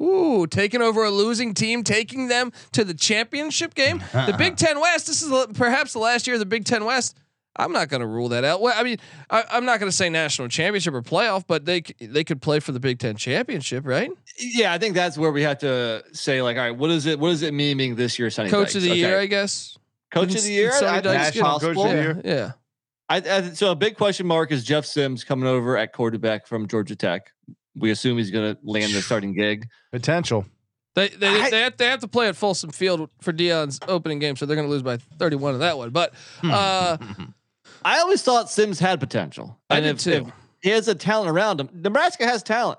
S1: Ooh, taking over a losing team, taking them to the championship game. The Big Ten West. This is the- perhaps the last year of the Big Ten West. I'm not going to rule that out. Well, I mean, I, I'm not going to say national championship or playoff, but they c- they could play for the Big Ten championship, right?
S2: Yeah, I think that's where we have to say like, all right, what is it? What does it mean being this year's Sonny
S1: Coach
S2: Dykes?
S1: of the
S2: Okay.
S1: year, I guess.
S2: Coach of
S1: It's-
S2: the year.
S1: it's Sonny
S2: I think
S1: Dykes
S2: it's
S3: National Coach of
S2: possible.
S3: the
S1: Yeah,
S3: year?
S1: yeah.
S2: I, I, so a big question mark is Jeff Sims coming over at quarterback from Georgia Tech. We assume he's going to land the starting gig.
S3: Potential.
S1: They they,
S2: I-
S1: they, have, they have to play at Folsom Field for Dion's opening game, so they're going to lose by 31 in that one. But uh,
S2: I always thought Sims had potential,
S1: I
S2: and
S1: did
S2: if,
S1: too.
S2: if he has the talent around him, Nebraska has talent.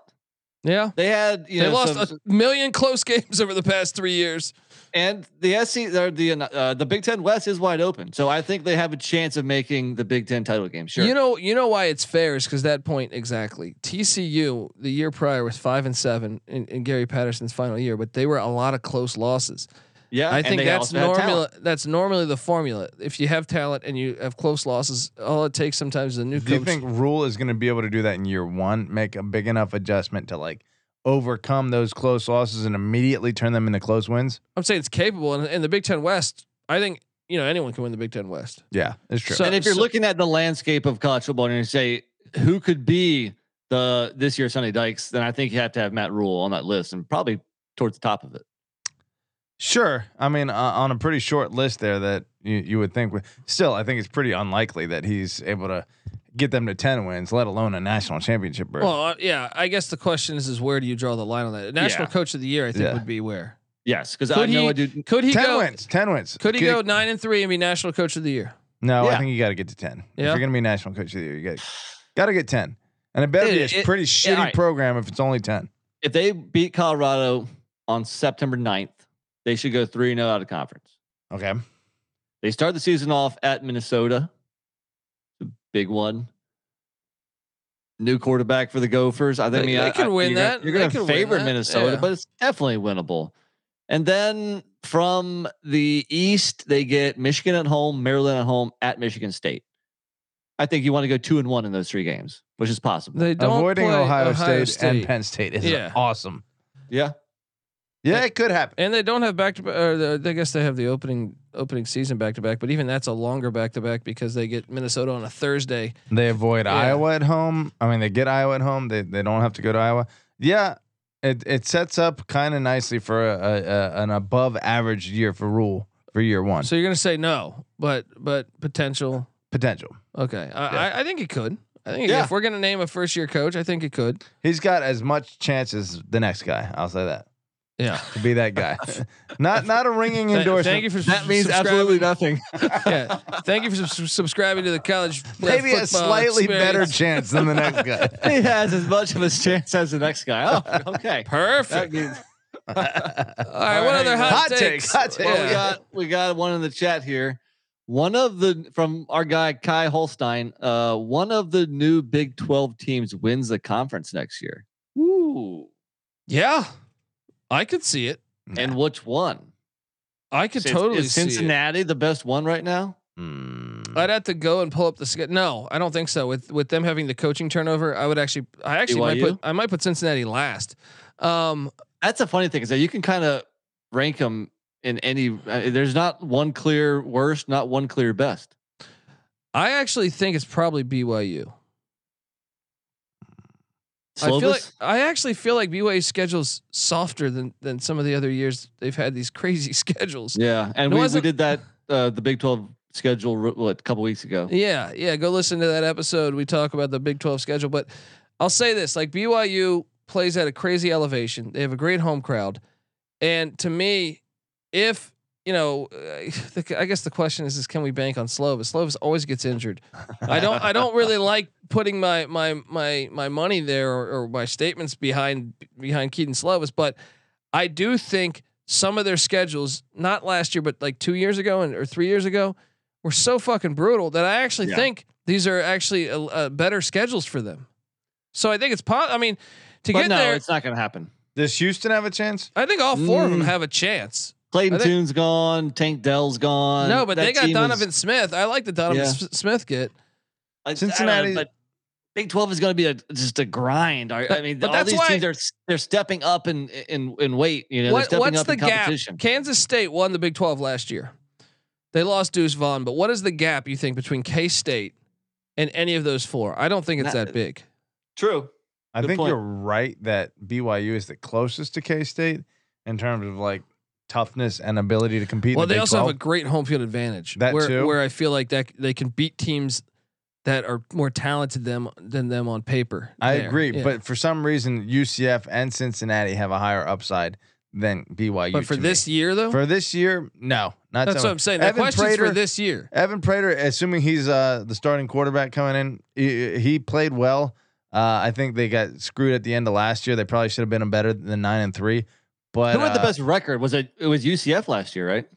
S1: yeah,
S2: They had you
S1: they
S2: know,
S1: lost
S2: some-
S1: a million close games over the past three years.
S2: and the SC or the uh, the Big Ten West is wide open, so I think they have a chance of making the Big Ten title game. Sure,
S1: You know, you know why it's fair is because that point exactly. TCU the year prior was five and seven in, in Gary Patterson's final year, but they were a lot of close losses.
S2: yeah,
S1: I
S2: and
S1: think
S2: they
S1: that's
S2: also had talent.
S1: normally that's normally the formula. If you have talent and you have close losses, all it takes sometimes is a new
S3: Do you
S1: coach.
S3: think Rule is going to be able to do that in year one? Make a big enough adjustment to like overcome those close losses and immediately turn them into close wins?
S1: I'm saying it's capable, and, and the Big Ten West. I think you know anyone can win the Big Ten West.
S3: Yeah, it's true.
S1: So-
S2: and if you're looking at the landscape of college football and you say who could be the this year's Sonny Dykes, then I think you have to have Matt Rule on that list and probably towards the top of it.
S3: sure, I mean uh, on a pretty short list there that you, you would think. would- Still, I think it's pretty unlikely that he's able to get them to ten wins, let alone a national championship berth.
S1: Well, uh, yeah. I guess the question is, is where do you draw the line on that? National
S2: Yeah.
S1: Coach of the Year, I think,
S3: Yeah.
S1: would be where.
S2: Yes, because I
S1: Could
S2: know
S1: he-
S2: I do.
S1: Could he
S3: ten
S1: go?
S3: wins, ten wins.
S1: Could he
S3: Kick-
S1: go nine and three and be National Coach of the Year?
S3: No, I
S2: Yeah.
S3: think you got to get to ten. If
S1: Yeah.
S3: you're gonna be national coach of the year, you got got to get ten, and it better
S2: Dude,
S3: be a
S2: it-
S3: pretty shitty
S2: alright.
S3: program if it's only ten.
S2: If they beat Colorado on September 9th, they should go 3 0 out of conference.
S3: Okay.
S2: They start the season off at Minnesota. The big one. New quarterback for the Gophers. I think
S1: They-
S2: I mean,
S1: they
S2: I-
S1: could
S2: I-
S1: win
S2: you're gonna-
S1: that.
S2: You're
S1: They
S2: going
S1: could
S2: to
S1: win
S2: favor
S1: that,
S2: Minnesota,
S1: yeah.
S2: but it's definitely winnable. And then from the East, they get Michigan at home, Maryland at home, at Michigan State. I think you want to go two and one in those three games, which is possible.
S1: They don't
S3: Avoiding
S1: play
S3: Ohio, State, and Penn State is
S1: Yeah.
S3: awesome.
S2: yeah,
S3: Yeah, it could happen.
S1: And they don't have back to back. I guess they have the opening opening season back to back, but even that's a longer back to back because they get Minnesota on a Thursday.
S3: They avoid
S1: Yeah.
S3: Iowa at home. I mean, they get Iowa at home. They they don't have to go to Iowa. Yeah, it it sets up kind of nicely for a, a, a- an above average year for rule for year one
S1: So you're gonna say no, but but potential.
S3: potential.
S1: Okay, I, I, I think it could. I think
S2: Yeah.
S1: if we're gonna name a first year coach, I think it could.
S3: He's got as much chance as the next guy. I'll say that
S1: Yeah.
S3: to be that guy. not not a ringing
S1: Th-
S3: endorsement.
S1: Thank you for
S2: that means
S1: subscribing.
S2: absolutely nothing.
S1: Yeah. Thank you for subs- subscribing to the college. uh,
S3: Maybe a
S1: football
S3: slightly better
S1: experience.
S3: chance than the next guy.
S2: he has as much of a chance as the next guy. Oh, okay.
S1: Perfect.
S2: That means-
S1: All right. what other hot,
S3: Hot take,
S1: takes?
S3: hot take.
S2: Well, we
S1: Yeah.
S2: got we got one in the chat here. One of the from our guy Kai Holstein. Uh, one of the new Big Twelve teams wins the conference next year. Ooh,
S1: yeah. I could see it.
S2: and which one?
S1: I could
S2: Is-
S1: totally
S2: is
S1: see it.
S2: Cincinnati the best one right now.
S3: Mm.
S1: I'd have to go and pull up the schedule. No, I don't think so. With with them having the coaching turnover, I would actually, I actually might
S2: BYU?
S1: put, I might put Cincinnati last. Um,
S2: That's a funny thing is that you can kind of rank them in any. Uh, there's not one clear worst, not one clear best.
S1: I actually think it's probably BYU. I feel like
S2: Slovis?
S1: I actually feel like BYU's schedule's softer than than some of the other years they've had these crazy schedules.
S2: yeah, and
S1: No,
S2: we, we
S1: wasn't-
S2: did that uh, the Big Twelve schedule ro- what a couple weeks ago.
S1: Yeah, yeah. Go listen to that episode. We talk about the Big 12 schedule. But I'll say this like BYU plays at a crazy elevation. They have a great home crowd. And to me, if, you know, uh, the- I guess the question is, is can we bank on Slovis? Slovis always gets injured. I don't, I don't really like putting my, my, my, my money there or, or my statements behind, behind Keaton Slovis, but I do think some of their schedules, not last year, but like two years ago and or three years ago, were so fucking brutal that I actually
S2: Yeah.
S1: think these are actually uh uh better schedules for them. So I think it's po- I mean, to
S2: But
S1: get
S2: no,
S1: there,
S2: it's not going to happen.
S3: Does Houston have a chance?
S1: I think all four of them
S2: Mm.
S1: have a chance. I
S2: Clayton
S1: think-
S2: Toon's gone. Tank Dell's gone.
S1: no, but
S2: That
S1: they got
S2: team was-
S1: Donovan Smith. I like the Donovan
S2: Yeah.
S1: S- Smith get.
S2: I- I don't know,
S3: Cincinnati-
S2: but Big Twelve is going to be a just a grind. I, I mean,
S1: But
S2: all
S1: that's
S2: these
S1: why-
S2: teams are they're stepping up in in in weight. You know, they're
S1: what,
S2: stepping
S1: what's
S2: up
S1: the
S2: in
S1: gap?
S2: competition.
S1: Kansas State won the Big 12 last year. They lost Deuce Vaughn, but what is the gap you think between K State and any of those four? I don't think it's
S2: Not-
S1: that big.
S2: True.
S3: I
S2: Good
S3: think
S2: point.
S3: you're right that BYU is the closest to K State in terms of like toughness and ability to compete. in
S1: Well,
S3: the
S1: they
S3: Big
S1: also
S3: 12.
S1: have a great home field advantage.
S3: That
S1: where,
S3: too.
S1: where I feel like that they can beat teams that are more talented them than them on paper.
S3: I
S1: there.
S3: agree,
S1: Yeah.
S3: but for some reason UCF and Cincinnati have a higher upside than BYU.
S1: but for
S3: to
S1: this
S3: me.
S1: year though,
S3: for this year, no, not
S1: that's
S3: so
S1: what I'm
S3: much.
S1: saying. The
S3: Evan
S1: question's
S3: Prater,
S1: for this year.
S3: Evan Prater, assuming he's uh, the starting quarterback coming in, he, he played well. Uh, I think they got screwed at the end of last year. They probably should have been better than nine and three. But
S2: Who had the
S3: uh,
S2: best record? Was it it was UCF last year, right?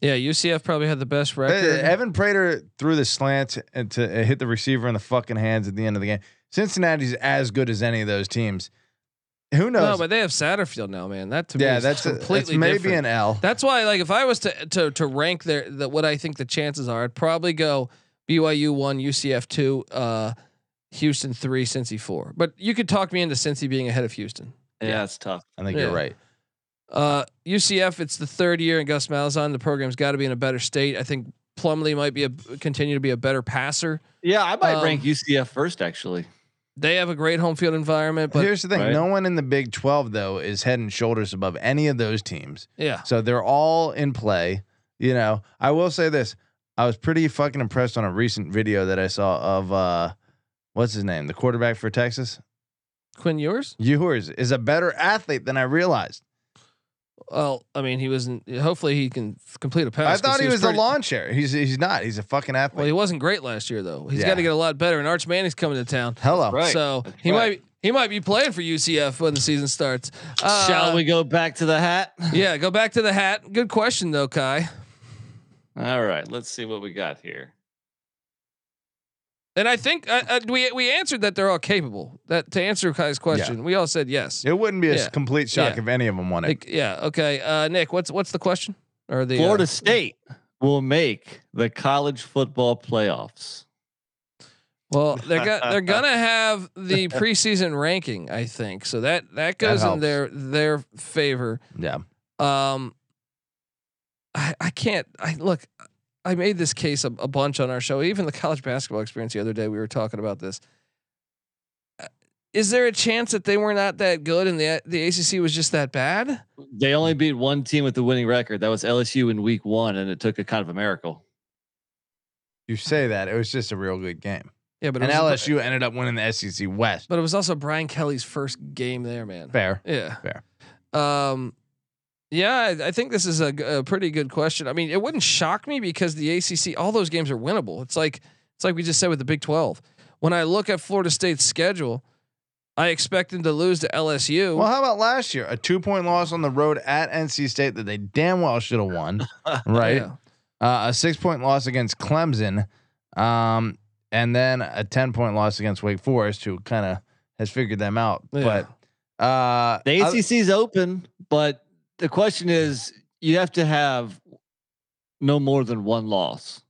S1: Yeah, UCF probably had the best
S3: Uh,
S1: record.
S3: Evan Prater threw the slant and to uh, hit the receiver in the fucking hands at the end of the game. Cincinnati's as good as any of those teams. Who
S1: no,
S3: knows?
S1: but they have Satterfield now, man. That to me
S3: yeah,
S1: is
S3: that's, a, that's
S1: completely
S3: maybe
S1: different.
S3: an L.
S1: That's why, like, if I was to to to rank their the, what I think the chances are, I'd probably go BYU one, UCF two, uh, Houston three, Cincy four. But you could talk me into Cincy being ahead of Houston.
S2: Yeah, it's tough.
S3: I think
S1: yeah.
S3: you're right.
S1: Uh, UCF, it's the third year, and Gus Malzahn, the program's got to be in a better state. I think Plumlee might be a continue to be a better passer.
S2: Yeah, I might
S1: Um,
S2: rank UCF first actually.
S1: They have a great home field environment, but
S3: Here's the thing:
S2: Right.
S3: no one in the Big Twelve though is head and shoulders above any of those teams.
S1: yeah,
S3: So they're all in play. You know, I will say this: I was pretty fucking impressed on a recent video that I saw of uh, what's his name, the quarterback for Texas,
S1: Quinn Ewers.
S3: Yours is a better athlete than I realized.
S1: Well, I mean, he wasn't. Hopefully, he can f- complete a pass.
S3: I
S1: 'cause
S3: thought he was,
S1: pretty-
S3: a lawn chair. He's he's not. He's a fucking athlete.
S1: Well, he wasn't great last year though. He's
S3: Yeah.
S1: got to get a lot better. And Arch Manning's coming to town,
S3: Hello.
S2: Right.
S1: so
S2: That's
S1: he
S2: right.
S1: might he might be playing for UCF when the season starts. Uh,
S2: Shall we go back to the hat?
S1: Yeah, go back to the hat. Good question though, Kai.
S2: All right, let's see what we got here.
S1: And I think uh, uh, we we answered that they're all capable. That to answer Kai's question, we all said yes.
S3: It wouldn't be a s-
S1: Yeah.
S3: complete shock
S1: Yeah.
S3: if any of them won it.
S1: Like, yeah. Okay. Uh, Nick, what's what's the question? Or the uh,
S2: Florida State will make the college football playoffs.
S1: Well, they're gonna they're gonna have the preseason ranking, I think. So that that goes in
S3: helps.
S1: their their favor.
S3: yeah.
S1: Um, I I can't. I look. I made this case a, a bunch on our show. Even the college basketball experience the other day, we were talking about this. Uh, Is there a chance that they were not that good and the the ACC was just that bad?
S2: They only beat one team with the winning record. That was LSU in week one, and it took a kind of a miracle.
S3: You say that. It was just a real good game.
S1: Yeah, but it
S3: and
S1: was-
S3: LSU ended up winning the SEC West.
S1: But it was also Brian Kelly's first game there, man.
S3: Fair.
S1: Yeah.
S3: Fair.
S1: Um, yeah, I, I think this is a, g- a pretty good question. I mean, it wouldn't shock me because the ACC, all those games are winnable. It's like it's like we just said with the Big Twelve. When I look at Florida State's schedule, I expect them to lose to LSU.
S3: Well, how about last year? A two point loss on the road at NC State that they damn well should have won, right?
S1: Yeah.
S3: Uh, a six point loss against Clemson, um, and then a 10 point loss against Wake Forest, who kind of has figured them out.
S1: Yeah.
S3: But uh,
S2: The
S3: oth-
S2: ACC is open, but the question is you have to have no more than one loss,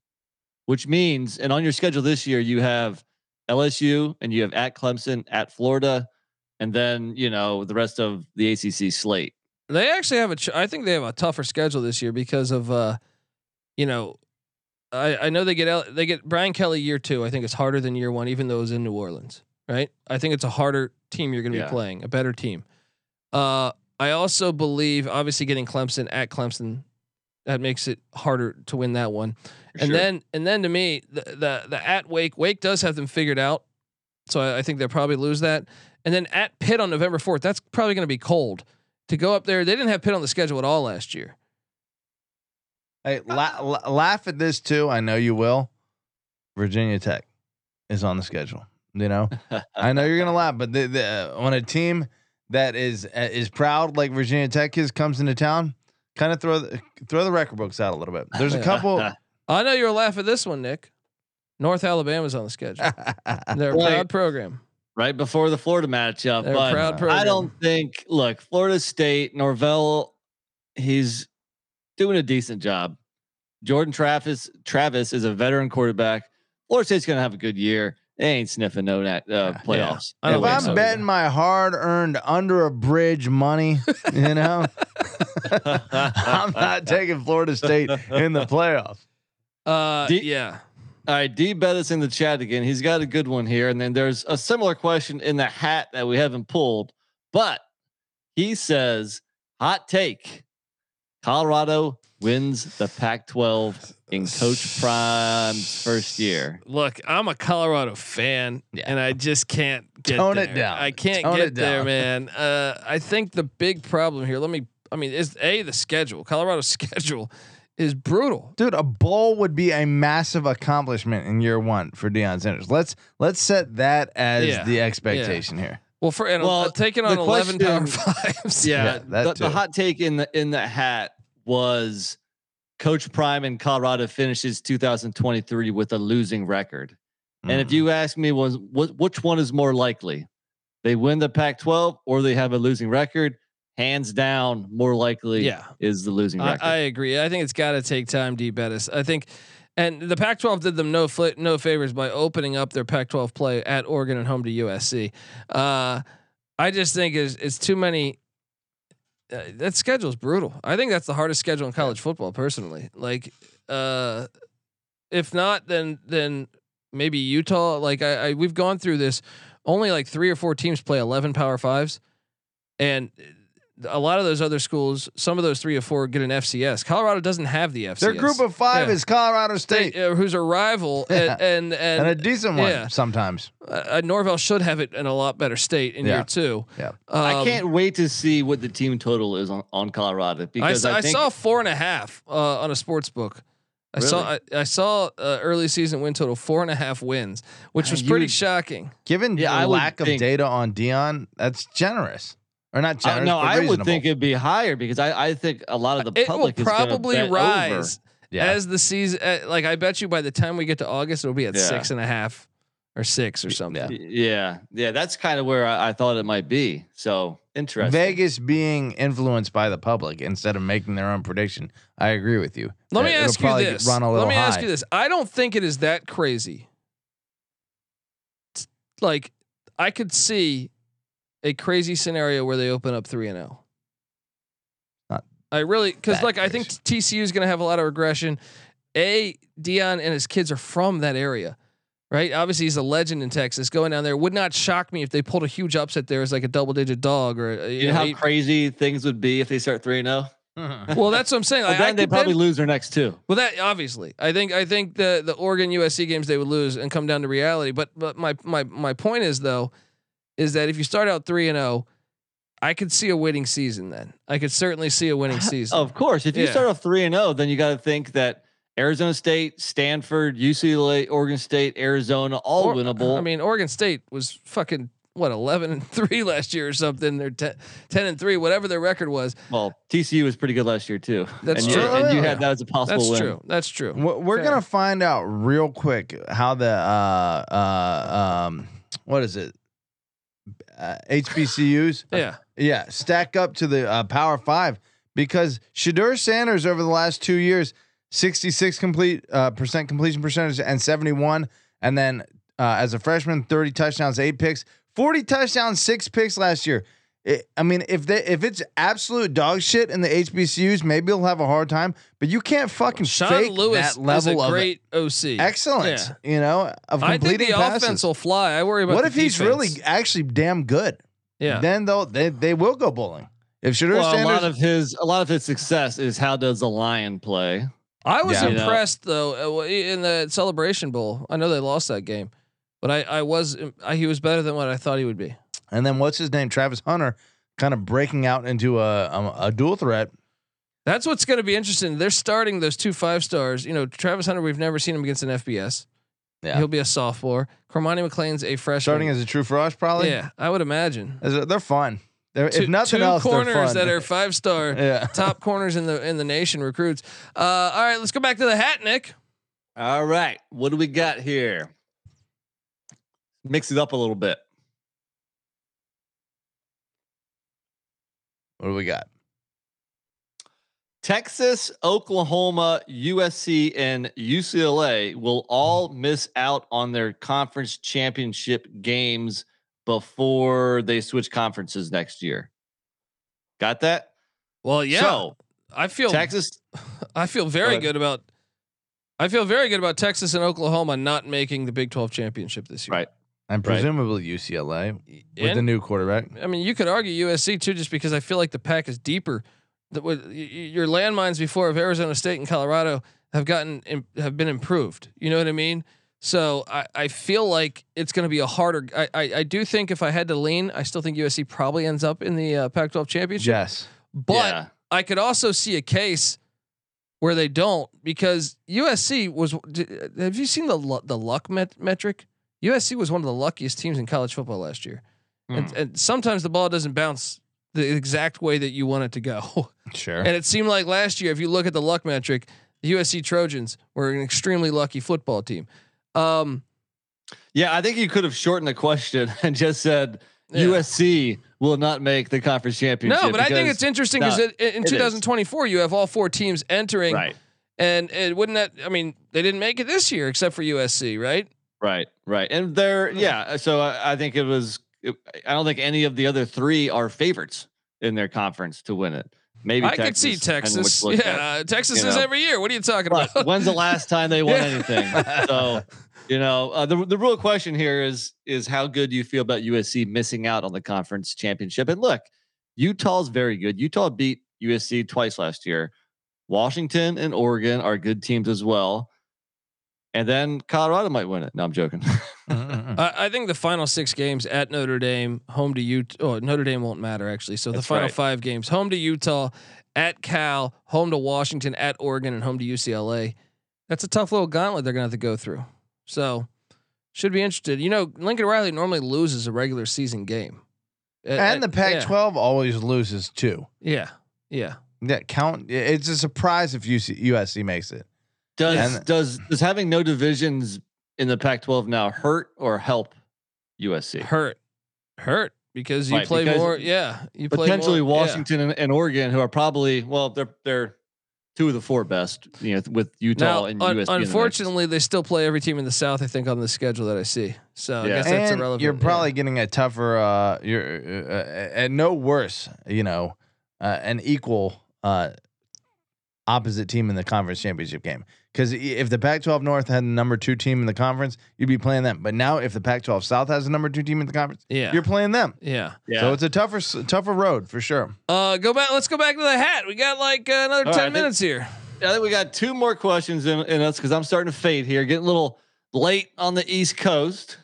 S2: which means, and on your schedule this year, you have LSU and you have at Clemson, at Florida, and then, you know, the rest of the ACC slate.
S1: They actually have a. Ch- I think they have a tougher schedule this year because of, uh, you know, I I know they get L- they get Brian Kelly year two. I think it's harder than year one, even though it was in New Orleans, right? I think it's a harder team you're going to
S2: Yeah.
S1: be playing, a better team. Uh, I also believe obviously getting Clemson at Clemson that makes it harder to win that one.
S2: for
S1: And
S2: sure.
S1: then and then to me the, the the at Wake Wake does have them figured out, so I, I think they'll probably lose that. And then at Pitt on November fourth, that's probably going to be cold to go up there. They didn't have Pitt on the schedule at all last year.
S3: Hey, la- la- laugh at this too. I know you will. Virginia Tech is on the schedule. You know, I know you're gonna laugh, but the, the, uh, when a team that is uh, is proud like Virginia Tech is comes into town, kind of throw the, throw the record books out a little bit. There's a couple.
S1: I know you were laughing at this one, Nick. North Alabama's on the schedule. They're a
S2: Right.
S1: proud program.
S2: right before the Florida matchup.
S1: They're
S2: but
S1: a proud program.
S2: I don't think. Look, Florida State, Norvell, he's doing a decent job. Jordan Travis, Travis is a veteran quarterback. Florida State's going to have a good year. They ain't sniffing no na- uh, playoffs.
S1: I don't
S2: No
S3: if
S2: way.
S1: think
S3: I'm
S1: so.
S3: betting my hard earned under a bridge money, you know, I'm not taking Florida State in the playoffs.
S1: Uh,
S2: Do-
S1: yeah.
S2: All right, D Bettis in the chat again. He's got a good one here. And then there's a similar question in the hat that we haven't pulled, but he says, hot take. Colorado wins the Pac 12 in Coach Prime's first year.
S1: Look, I'm a Colorado fan,
S3: Yeah.
S1: and I just can't get
S3: Tone it
S1: there.
S3: down.
S1: I can't
S3: Tone
S1: get
S3: it
S1: there,
S3: down.
S1: man. Uh, I think the big problem here. Let me. I mean, is a the schedule. Colorado's schedule is brutal.
S3: Dude, a bowl would be a massive accomplishment in year one for Deion Sanders. Let's let's set that as
S1: Yeah.
S3: the expectation here.
S1: Well, for and
S2: Well,
S1: uh, taking on
S2: the
S1: eleven power
S2: question-
S1: fives.
S3: Yeah, that
S2: the, the
S3: too.
S2: hot take in the in the hat was Coach Prime in Colorado finishes 2023 with a losing record. And
S1: Mm-hmm.
S2: if
S3: Mm.
S2: you ask me, was what which one is more likely? They win the Pac-12 or they have a losing record? Hands down, more likely
S1: Yeah.
S2: is the losing
S1: I,
S2: record.
S1: I agree. I think it's got to take time, D. Bettis. I think, and the Pac-12 did them no fl- no favors by opening up their Pac-12 play at Oregon and home to USC. Uh, I just think it's, it's too many. Uh, that schedule's brutal. I think that's the hardest schedule in college football, personally. Like, uh, if not, then then maybe Utah. Like, I, I we've gone through this. Only like three or four teams play eleven Power Fives, and uh, a lot of those other schools, some of those three or four get an FCS. Colorado doesn't have the FCS.
S3: Their group of five
S1: Yeah.
S3: is Colorado State,
S1: State, uh, who's a rival,
S3: Yeah.
S1: and and, and,
S3: and a decent one
S1: yeah.
S3: sometimes.
S1: uh, Norvell should have it in a lot better state in
S3: Yeah.
S1: year two.
S3: Yeah.
S1: Um,
S2: I can't wait to see what the team total is on, on Colorado
S1: I,
S2: because
S1: saw,
S2: I,
S1: I
S2: think
S1: saw four and a half uh, on a sports book. I saw I, I saw uh, early season win total four and a half wins, which
S2: Uh,
S1: was
S2: you
S1: pretty
S2: would-
S1: shocking.
S3: Given
S2: Yeah, I
S3: the
S2: would
S3: lack of
S2: think-
S3: data on Dion, that's generous or not
S2: Uh,
S3: generous.
S2: no,
S3: but
S2: I would
S3: reasonable.
S2: think it'd be higher because I, I think a lot of the
S1: It will
S2: public is gonna
S1: probably
S2: bet
S1: rise
S3: yeah.
S1: as the season. Uh, like I bet you by the time we get to August, it'll be at
S2: Yeah.
S1: six and a half or six or something.
S2: Over. Yeah, yeah, that's kind of where I, I thought it might be. So interesting.
S3: Vegas being influenced by the public instead of making their own prediction. I agree with you.
S1: Let me
S3: It'll
S1: ask you
S3: probably
S1: this.
S3: Run a little
S1: Let me ask
S3: high.
S1: you this. I don't think it is that crazy. It's Like I could see a crazy scenario where they open up three and L.
S3: Not
S1: I really because
S3: that
S1: like I think TCU is going to have a lot of regression. A Dion and his kids are from that area, right? Obviously, he's a legend in Texas. Going down there would not shock me if they pulled a huge upset there as like a double digit dog or a-
S2: You know how crazy things would be if they start three and zero.
S3: Mm-hmm.
S1: well, that's what I'm saying.
S2: Well,
S1: Like, I
S2: then they
S1: could then-
S2: probably lose their next two.
S1: Well, that obviously, I think I think the the Oregon USC games they would lose and come down to reality. But but my my my point is though, is that if you start out three and zero, I could see a winning season. Then I could certainly see a
S3: Oh,
S1: winning season.
S2: Of course, if you
S1: Yeah.
S2: start off three and zero, then you got to think that Arizona State, Stanford, UCLA, Oregon State, Arizona,
S3: oh,
S2: all
S1: Or-
S2: winnable.
S1: I mean, Oregon State was fucking what eleven and three last year or something. They're 10, 10 and three, whatever their record was.
S2: well, TCU was pretty good last year too.
S1: That's
S2: and
S1: true.
S2: You, and you
S1: Yeah.
S2: had that as a possible
S1: That's
S2: win.
S1: true. That's true.
S3: We're, we're
S1: Fair.
S3: gonna find out real quick how the uh uh um what is it uh, HBCUs
S1: Yeah,
S3: yeah stack up to the uh, Power Five because Shadur Sanders over the last two years sixty six complete uh, percent completion percentage and seventy one and then uh, as a freshman thirty touchdowns eight picks forty touchdowns six picks last year. It, I mean, if they if it's absolute dog shit in the HBCUs, maybe he'll have a hard time. But you can't fucking
S1: Sean
S3: fake
S1: Lewis
S3: that level
S1: is a
S3: of
S1: great OC.
S3: excellence. You know, of
S1: I think
S3: completing
S1: the
S3: passes.
S1: offense will fly. I worry about
S3: what
S1: the
S3: if he's
S1: defense.
S3: really actually damn good?
S1: yeah.
S3: Then they'll they, they will go bowling. If Shadur
S2: Well, a
S3: Sanders,
S2: lot of his a lot of his success is how does the lion play?
S1: I was
S3: Yeah.
S1: impressed though uh, w- in the Celebration Bowl. I know they lost that game, but I, I was I, he was better than what I thought he would be.
S3: and then what's his name, Travis Hunter, kind of breaking out into a a, a dual threat.
S1: That's what's going to be interesting. They're starting those two five stars. You know, Travis Hunter. We've never seen him against an FBS.
S3: Yeah.
S1: he'll be a sophomore. Cormani McLean's a freshman.
S3: Starting as a true frost, probably.
S1: yeah, I would imagine.
S3: As a- they're fun. They're,
S1: Two,
S3: if nothing
S1: two
S3: else, they're
S1: corners
S3: fun.
S1: that are five star,
S3: yeah.
S1: top corners in the in the nation recruits. Uh, all right, let's go back to the hat, Nick.
S2: All right, what do we got here? Mix it up a little bit.
S3: What do we got?
S2: Texas, Oklahoma, USC, and UCLA will all miss out on their conference championship games before they switch conferences next year. Got that?
S1: Well, yeah,
S2: So
S1: I feel
S2: Texas,
S1: I feel very
S2: ahead.
S1: good about. I feel very good about Texas and Oklahoma not making the Big 12 championship this year.
S2: Right.
S3: And
S2: Right.
S3: presumably UCLA with the
S1: And,
S3: new quarterback.
S1: I mean, you could argue USC too, just because I feel like the pack is deeper. That with y- y- your landmines before of Arizona State and Colorado have gotten im- have been improved. You know what I mean? So I, I feel like it's going to be a harder. I, I I do think if I had to lean, I still think USC probably ends up in the uh, Pac-12 championship.
S3: Yes.
S1: But
S2: yeah.
S1: I could also see a case where they don't because USC was. d- Have you seen the lu- the luck met, metric? USC was one of the luckiest teams in college football last year,
S2: Hmm.
S1: and, and sometimes the ball doesn't bounce the exact way that you want it to go.
S3: Sure.
S1: and it seemed like last year, if you look at the luck metric, the USC Trojans were an extremely lucky football team. Um,
S2: Yeah, I think you could have shortened the question and just said
S1: Yeah.
S2: USC will not make the conference championship.
S1: no, but I think
S2: because-
S1: it's interesting because
S2: No,
S1: in
S2: it is.
S1: 2024 you have all four teams entering,
S2: right,
S1: and it wouldn't that. I mean, they didn't make it this year except for USC, right?
S2: right, right, and there,
S1: Hmm.
S2: yeah. So I, I think it was. It, I don't think any of the other three are favorites in their conference to win it. Maybe
S1: I could see
S2: depending
S1: Texas.
S2: which look
S1: Yeah,
S2: at.
S1: uh, Texas
S2: you
S1: is
S2: know.
S1: every year. What are you talking
S2: But
S1: about?
S2: when's the last time they won
S1: Yeah.
S2: anything? So you know, uh, the the real question here is is how good do you feel about USC missing out on the conference championship? And look, Utah's very good. Utah beat USC twice last year. Washington and Oregon are good teams as well. And then Colorado might win it. No, I'm joking.
S1: I, I think the final six games at Notre Dame, home to Utah. Oh, Notre Dame won't matter actually. So the
S2: That's
S1: final
S2: right.
S1: five games: home to Utah, at Cal, home to Washington, at Oregon, and home to UCLA. That's a tough little gauntlet they're gonna have to go through. So should be interested. You know, Lincoln Riley normally loses a regular season game, A-
S3: and the
S1: a-
S3: Pac-12 always loses too.
S1: Yeah, yeah. yeah.
S3: That count. It's a surprise if UC, USC makes it.
S2: Does
S3: And-
S2: does does having no divisions in the Pac-12 now hurt or help USC?
S1: Hurt, hurt because you
S2: Right,
S1: play
S2: because
S1: more. Yeah, you play
S2: Potentially
S1: more- yeah.
S2: Washington and, and Oregon, who are probably well, they're they're two of the four best, you know, with Utah
S1: Now,
S2: and
S1: un-
S2: USC. in the mix.
S1: unfortunately, they still play every team in the South. I think on the schedule that I see. So I
S2: Yeah.
S1: guess that's
S3: and
S1: irrelevant.
S3: you're
S1: yeah.
S3: probably getting a tougher. Uh, you're uh, uh, and no worse. You know, uh, an equal uh, opposite team in the conference championship game. Because if the Pac-12 North had the number two team in the conference, you'd be playing them. But now, if the Pac-12 South has the number two team in the conference,
S1: Yeah.
S3: you're playing them.
S1: yeah.
S2: yeah.
S3: So it's a tougher, s- tougher road for sure.
S1: Uh, go back. Let's go back to the hat. We got like uh, another ten
S2: All right, I think-
S1: minutes here.
S2: I think we got two more questions in, in us because I'm starting to fade here, getting a little late on the East Coast.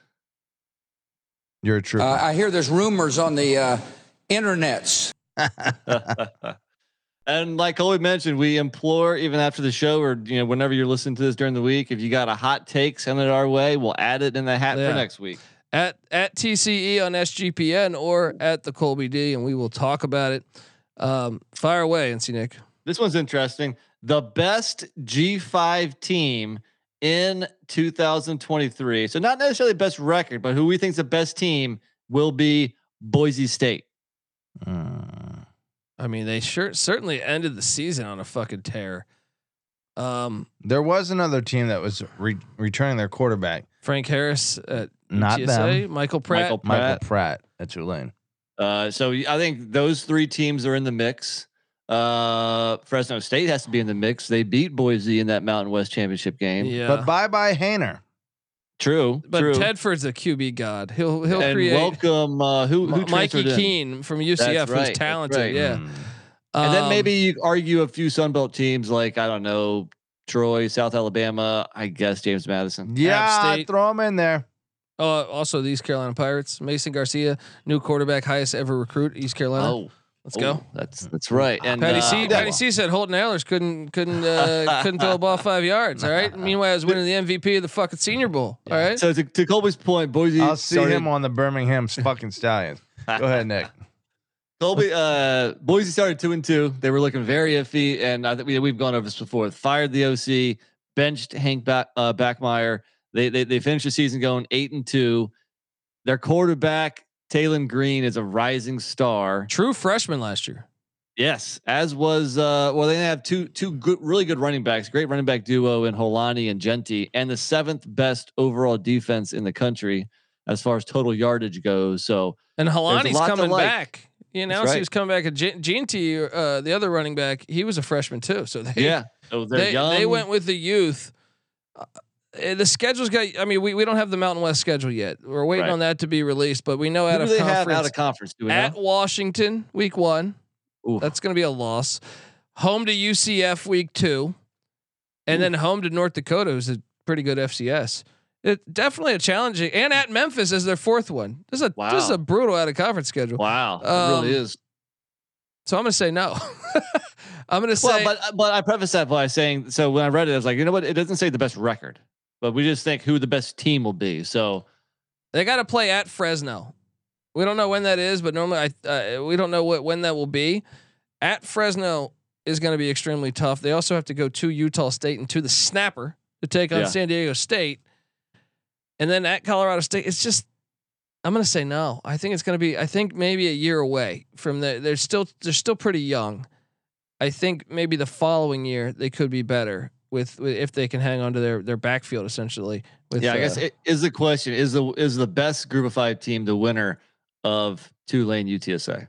S3: You're a true.
S6: Uh, I hear there's rumors on the uh, internets.
S2: And like Colby mentioned, we implore even after the show or you know whenever you're listening to this during the week, if you got a hot take, send it our way. We'll add it in the hat
S1: Yeah.
S2: for next week.
S1: At at TCE on SGPN or at the Colby D, and we will talk about it. Um, fire away, NC Nick.
S2: This one's interesting. The best G5 team in 2023. So not necessarily best record, but who we think's the best team will be Boise State.
S3: Mm.
S1: I mean, they sure certainly ended the season on a fucking tear. Um,
S3: There was another team that was re- returning their quarterback,
S1: Frank Harris at
S3: not
S1: TSA,
S3: them,
S1: Michael Pratt.
S2: Michael
S3: Michael
S2: Pratt.
S3: Pratt at Tulane.
S2: Uh, so I think those three teams are in the mix. Uh, Fresno State has to be in the mix. They beat Boise in that Mountain West championship game.
S1: yeah,
S3: But bye bye Hayner.
S2: True,
S1: But
S2: true.
S1: Tedford's a QB god. He'll he'll
S2: and
S1: create
S2: welcome uh, who who
S1: M- Mikey
S2: transferred in?
S1: Keene from UCF,
S2: right,
S1: who's
S2: that's
S1: talented.
S2: right. Mm-hmm.
S1: Yeah,
S3: Mm.
S2: And then
S1: Um,
S2: maybe you argue a few Sunbelt teams like I don't know Troy, South Alabama. I guess James Madison.
S3: Yeah,
S1: State.
S3: throw him in there.
S1: uh, also the East Carolina Pirates, Mason Garcia, new quarterback, highest ever recruit, East Carolina.
S2: Oh,
S1: Let's go.
S2: oh, That's that's right. And
S1: Patty
S2: uh,
S1: C. Patty C. said Holton Ehlers couldn't couldn't uh, couldn't throw a ball five yards. All right. Meanwhile, I was winning the MVP of the fucking Senior Bowl. All right.
S2: So to, to Colby's point, Boise.
S3: I'll see
S2: started-
S3: him on the Birmingham fucking Stallions. Go ahead, Nick.
S2: Colby, uh, Boise started two and two. They were looking very iffy, and I think we, we've gone over this before. Fired the OC, benched Hank ba- uh, Backmeyer. They, they they finished the season going eight and two. Their quarterback Taylon Green is a rising star.
S1: True freshman last year.
S2: Yes, as was uh, well. They have two two good, really good running backs. Great running back duo in Holani and Genti, and the seventh best overall defense in the country as far as total yardage goes. So
S1: And Halani's
S2: lot to
S1: coming
S2: like.
S1: back. You know,
S2: That's
S1: he
S2: right.
S1: was coming back. And G- G&T, uh, the other running back, he was a freshman too. So they,
S2: yeah, so they're
S1: they,
S2: young.
S1: they went with the youth. Uh, the schedule's got. I mean, we, we don't have the Mountain West schedule yet. We're waiting
S2: Right.
S1: on that to be released, but we know out
S2: Who
S1: of
S2: do they have
S1: conference
S2: out of conference? Do we know?
S1: at Washington week one.
S2: Oof.
S1: That's going to be a loss. Home to UCF week two, and then home to North Dakota, who's a pretty good FCS. It definitely a challenging, and at Memphis is their fourth one. This is a this is
S2: Wow.
S1: a brutal out of conference schedule.
S2: Wow, it really
S1: Um,
S2: is.
S1: So I'm going to say no. I'm going to
S2: Well,
S1: say
S2: but but I preface that by saying so when I read it, I was like, you know what? It doesn't say the best record, but we just think who the best team will be. So
S1: They got to play at Fresno. We don't know when that is, but normally I uh, we don't know what when that will be. At Fresno is going to be extremely tough. They also have to go to Utah State and to the Snapper to take on
S2: Yeah.
S1: San Diego State, and then at Colorado State. It's just I'm going to say no. I think it's going to be I think maybe a year away from the. They're still they're still pretty young. I think maybe the following year they could be better with, with if they can hang on to their their backfield essentially. With,
S2: yeah, I guess
S1: uh,
S2: it is the question is the is the best group of five team the winner of Tulane UTSA?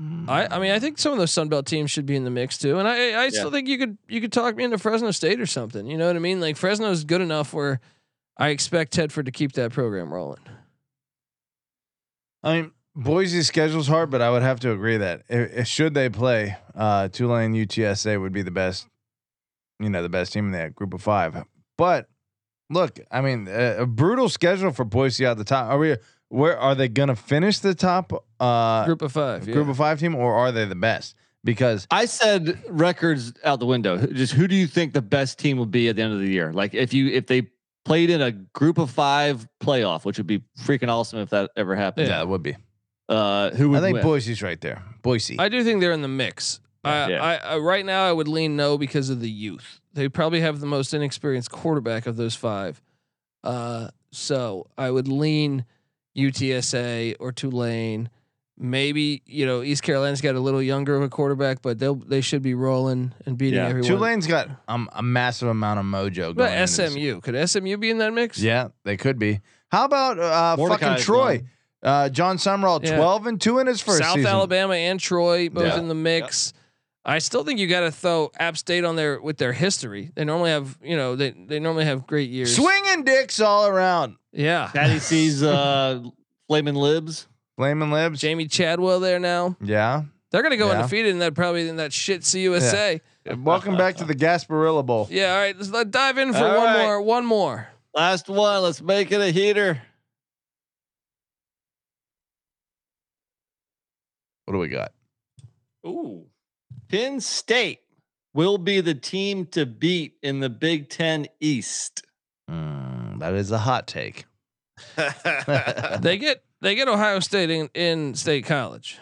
S3: Mm.
S1: I, I mean, I think some of those Sunbelt teams should be in the mix too, and I, I still think you could, you could talk me into Fresno State or something. You know what I mean? Like Fresno's good enough where I expect Tedford to keep that program rolling.
S3: I mean, Boise's schedule's hard, but I would have to agree that i- i- should they play, uh, Tulane UTSA would be the best, you know, the best team in that group of five. But look, I mean, a, a brutal schedule for Boise at the top. Are we? Where are they going to finish the top uh, group,
S1: Group of five. Yeah.
S3: of five team, or are they the best? Because
S2: I said records out the window. Just who do you think the best team will be at the end of the year? Like if you if they played in a group of five playoff, which would be freaking awesome if that ever happened.
S3: yeah, it would be.
S2: Uh, who would
S3: I think
S2: win?
S3: Boise's right there. Boise.
S1: I do think they're in the mix. I,
S2: Yeah.
S1: I, I right now I would lean no because of the youth. They probably have the most inexperienced quarterback of those five. Uh, so I would lean UTSA or Tulane. Maybe you know East Carolina's got a little younger of a quarterback, but they will they should be rolling and beating
S2: Yeah.
S1: everyone.
S3: Tulane's got um, a massive amount of mojo. Going
S1: but
S3: into this.
S1: SMU could SMU be in that mix?
S3: Yeah, they could be. How about uh, fucking
S2: Mordecai's
S3: Troy?
S2: one.
S3: Uh, John Summerall,
S1: Yeah.
S3: twelve and two in his first
S1: South
S3: season.
S1: Alabama and Troy both
S3: Yeah.
S1: in the mix. I still think you got to throw App State on there with their history. They normally have, you know, they they normally have great years.
S3: Swinging dicks all around.
S1: Yeah.
S2: Patty sees uh, flaming libs.
S3: Flaming libs.
S1: Jamie Chadwell there now.
S3: Yeah.
S1: They're gonna go
S3: Yeah.
S1: undefeated in that probably in that shit CUSA.
S3: Welcome back to the Gasparilla Bowl.
S1: Yeah. all right. Let's let dive in for
S2: All
S1: one
S2: right.
S1: more. One more.
S2: Last one. Let's make it a heater.
S3: What do we got?
S2: Ooh. Penn State will be the team to beat in the Big Ten East.
S3: Mm, that is a hot take.
S1: They get they get Ohio State in, in State College.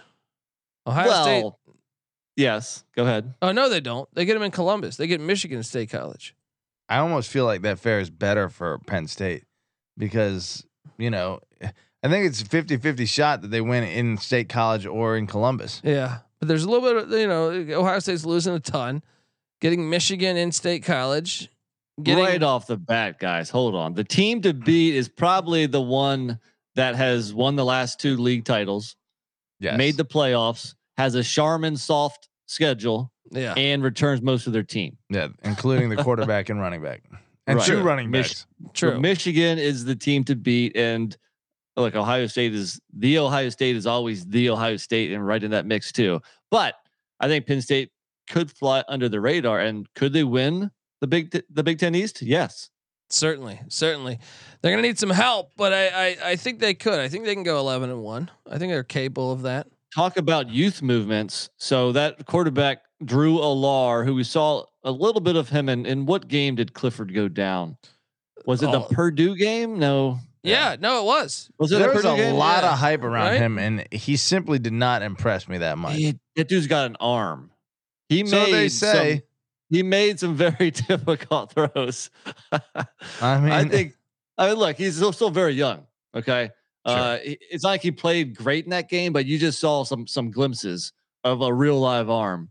S1: Ohio State.
S2: yes. Go ahead.
S1: Oh no, they don't. They get them in Columbus. They get Michigan State College.
S3: I almost feel like that fair is better for Penn State because, you know, I think it's a 50 50 shot that they win in State College or in Columbus.
S1: Yeah, but there's a little bit. Of, you know, Ohio State's losing a ton. Getting Michigan in State College. Getting Hmm.
S2: right off the bat, guys, hold on. The team to beat is probably the one that has won the last two league titles,
S3: Yes.
S2: made the playoffs, has a Charmin soft schedule,
S1: yeah.
S2: and returns most of their team.
S3: Yeah, including the quarterback and running back. And
S2: Right.
S3: two
S2: True.
S3: running
S2: Mich-
S3: backs.
S2: But
S1: True.
S2: Michigan is the team to beat, and like Ohio State is the Ohio State is always the Ohio State, and right in that mix too. But I think Penn State could fly under the radar, and could they win the Big T- the Big Ten East? Yes.
S1: Certainly, certainly, they're gonna need some help, but I, I, I think they could. I think they can go eleven and one. I think they're capable of that.
S2: talk about youth movements. So that quarterback Drew Alar, who we saw a little bit of him in, in what game did Clifford go down? Was it the
S1: Oh.
S2: Purdue game? No.
S1: Yeah, no, it was.
S2: Was it
S3: There
S2: the
S3: was
S2: Purdue
S3: a
S2: game?
S3: lot
S1: yeah.
S3: of hype around
S1: Right?
S3: him, and he simply did not impress me that much.
S2: He- that dude's got an arm. He
S3: So
S2: made
S3: they
S2: some-
S3: say.
S2: he made some very difficult throws.
S3: I mean,
S2: I think. I mean, look, he's still, still very young. Okay, uh, he- it's not like he played great in that game, but you just saw some some glimpses of a real live arm.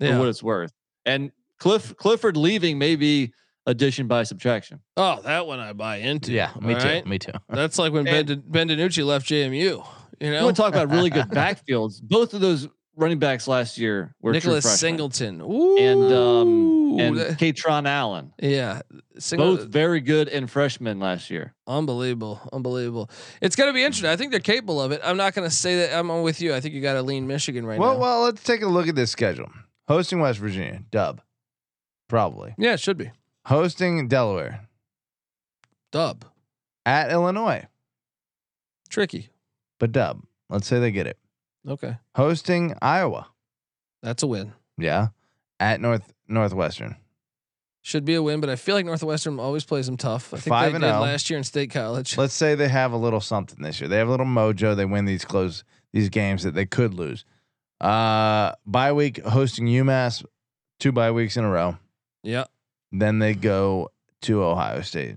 S2: for what
S1: Yeah.
S2: it's worth. And Cliff Clifford leaving may be addition by subtraction.
S1: Oh, that one I buy into.
S3: yeah, me
S1: All
S3: too.
S1: right?
S3: Me too.
S1: That's like when ben, ben DiNucci left JMU. You
S2: You
S1: know,
S2: want to talk about really good backfields? Both of those running backs last year were true
S1: Nicholas
S2: freshmen.
S1: Singleton. Ooh,
S2: and um and
S1: that-
S2: Katron Allen,
S1: yeah, Singleton.
S2: both very good and freshmen last year.
S1: Unbelievable, unbelievable. It's gonna be interesting. I think they're capable of it. I'm not gonna say that I'm with you. I think you got to lean Michigan right
S3: well,
S1: now.
S3: well, let's take a look at this schedule. Hosting West Virginia, dub, probably.
S1: yeah, it should be
S3: Hosting Delaware,
S1: dub.
S3: at Illinois,
S1: Tricky.
S3: but dub. Let's say they get it.
S1: Okay,
S3: Hosting Iowa,
S1: that's a win.
S3: yeah, at North Northwestern.
S1: Should be a win, but I feel like Northwestern always plays them tough. I think
S3: Five
S1: they
S3: and
S1: did
S3: oh.
S1: last year in state college.
S3: Let's say they have a little something this year. They have a little mojo. They win these close these games that they could lose. Uh, bye week hosting UMass, two bye weeks in a row.
S1: yeah,
S3: Then they go to Ohio State.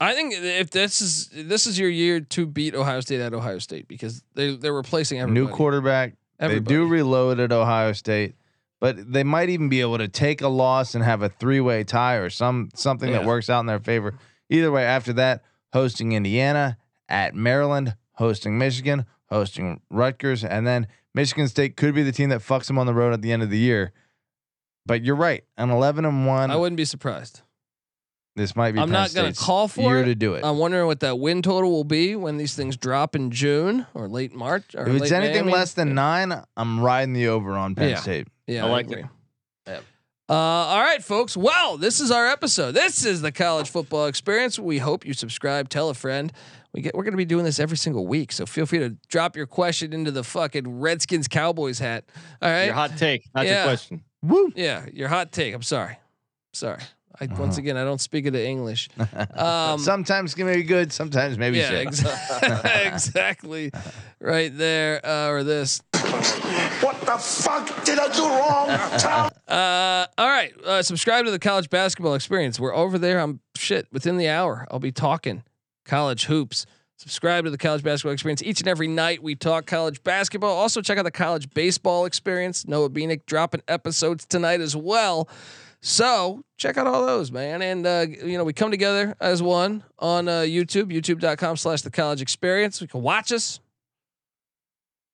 S1: I think if this is this is your year to beat Ohio State at Ohio State because they they're replacing everybody.
S3: New quarterback.
S1: Everybody.
S3: They do reload at Ohio State, but they might even be able to take a loss and have a three-way tie or some something that
S1: Yeah.
S3: works out in their favor. Either way, after that, hosting Indiana at Maryland, hosting Michigan, hosting Rutgers, and then Michigan State could be the team that fucks them on the road at the end of the year. But you're right, an 11 and one.
S1: I wouldn't be surprised.
S3: This might be.
S1: I'm
S3: Penn
S1: not going
S3: State's
S1: to call for
S3: year
S1: it.
S3: to do it.
S1: I'm wondering what that win total will be when these things drop in June or late March. Or
S3: if
S1: late
S3: it's
S1: May, I
S3: anything
S1: mean.
S3: less than nine, I'm riding the over on Penn
S1: Yeah.
S3: State.
S1: yeah,
S2: I like
S1: agree.
S2: it.
S3: Yep.
S1: Uh, all right, folks. Well, this is our episode. This is the college football experience. We hope you subscribe, tell a friend. We get we're going to be doing this every single week, so feel free to drop your question into the fucking Redskins Cowboys hat. All right,
S2: Your hot take, not
S1: Yeah.
S2: your question.
S3: Woo!
S1: yeah, your hot take. I'm sorry, sorry. I,
S2: Uh-huh.
S1: Once again, I don't speak it in English. Um,
S3: sometimes it can be good. Sometimes maybe
S1: yeah,
S3: shit.
S1: exa- exactly. Right there, uh, or this.
S7: What the fuck did I do wrong? Tom?
S1: Uh, all right. Uh, subscribe to the College Basketball Experience. We're over there. I'm shit within the hour. I'll be talking college hoops. Subscribe to the College Basketball Experience. Each and every night we talk college basketball. Also check out the College Baseball Experience. Noah Beanick dropping episodes tonight as well. So check out all those, man. And uh, you know, we come together as one on uh, YouTube, youtube.com slash the college experience. You can watch us.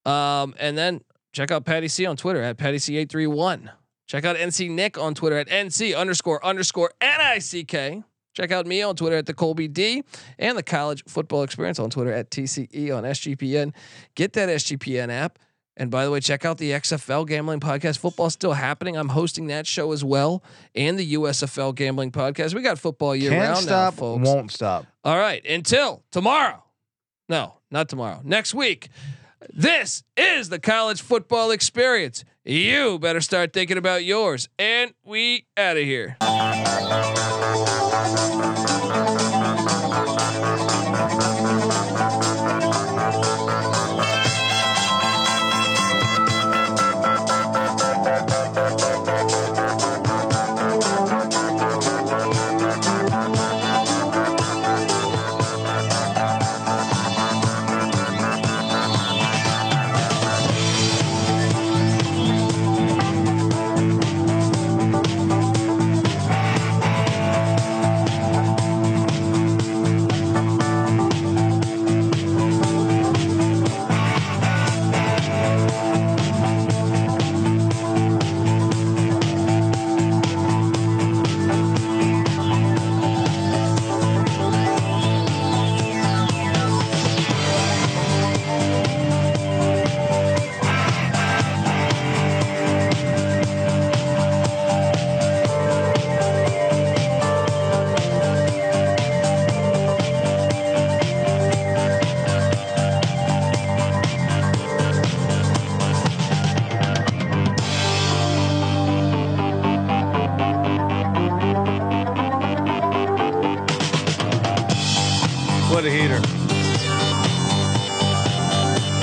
S1: Um, and then check out Patty C on Twitter at Patty C831. Check out NC Nick on Twitter at NC underscore underscore N-I-C-K. Check out me on Twitter at the Colby D and the College Football Experience on Twitter at TCE on SGPN. Get that SGPN app. And by the way, check out the XFL Gambling Podcast. Football's still happening. I'm hosting that show as well and the USFL Gambling Podcast. We got football year
S3: Can't
S1: round
S3: stop,
S1: now, folks.
S3: won't stop.
S1: All right. Until tomorrow. No, not tomorrow. Next week. This is the college football experience. You better start thinking about yours. And we out of here.
S3: What a heater.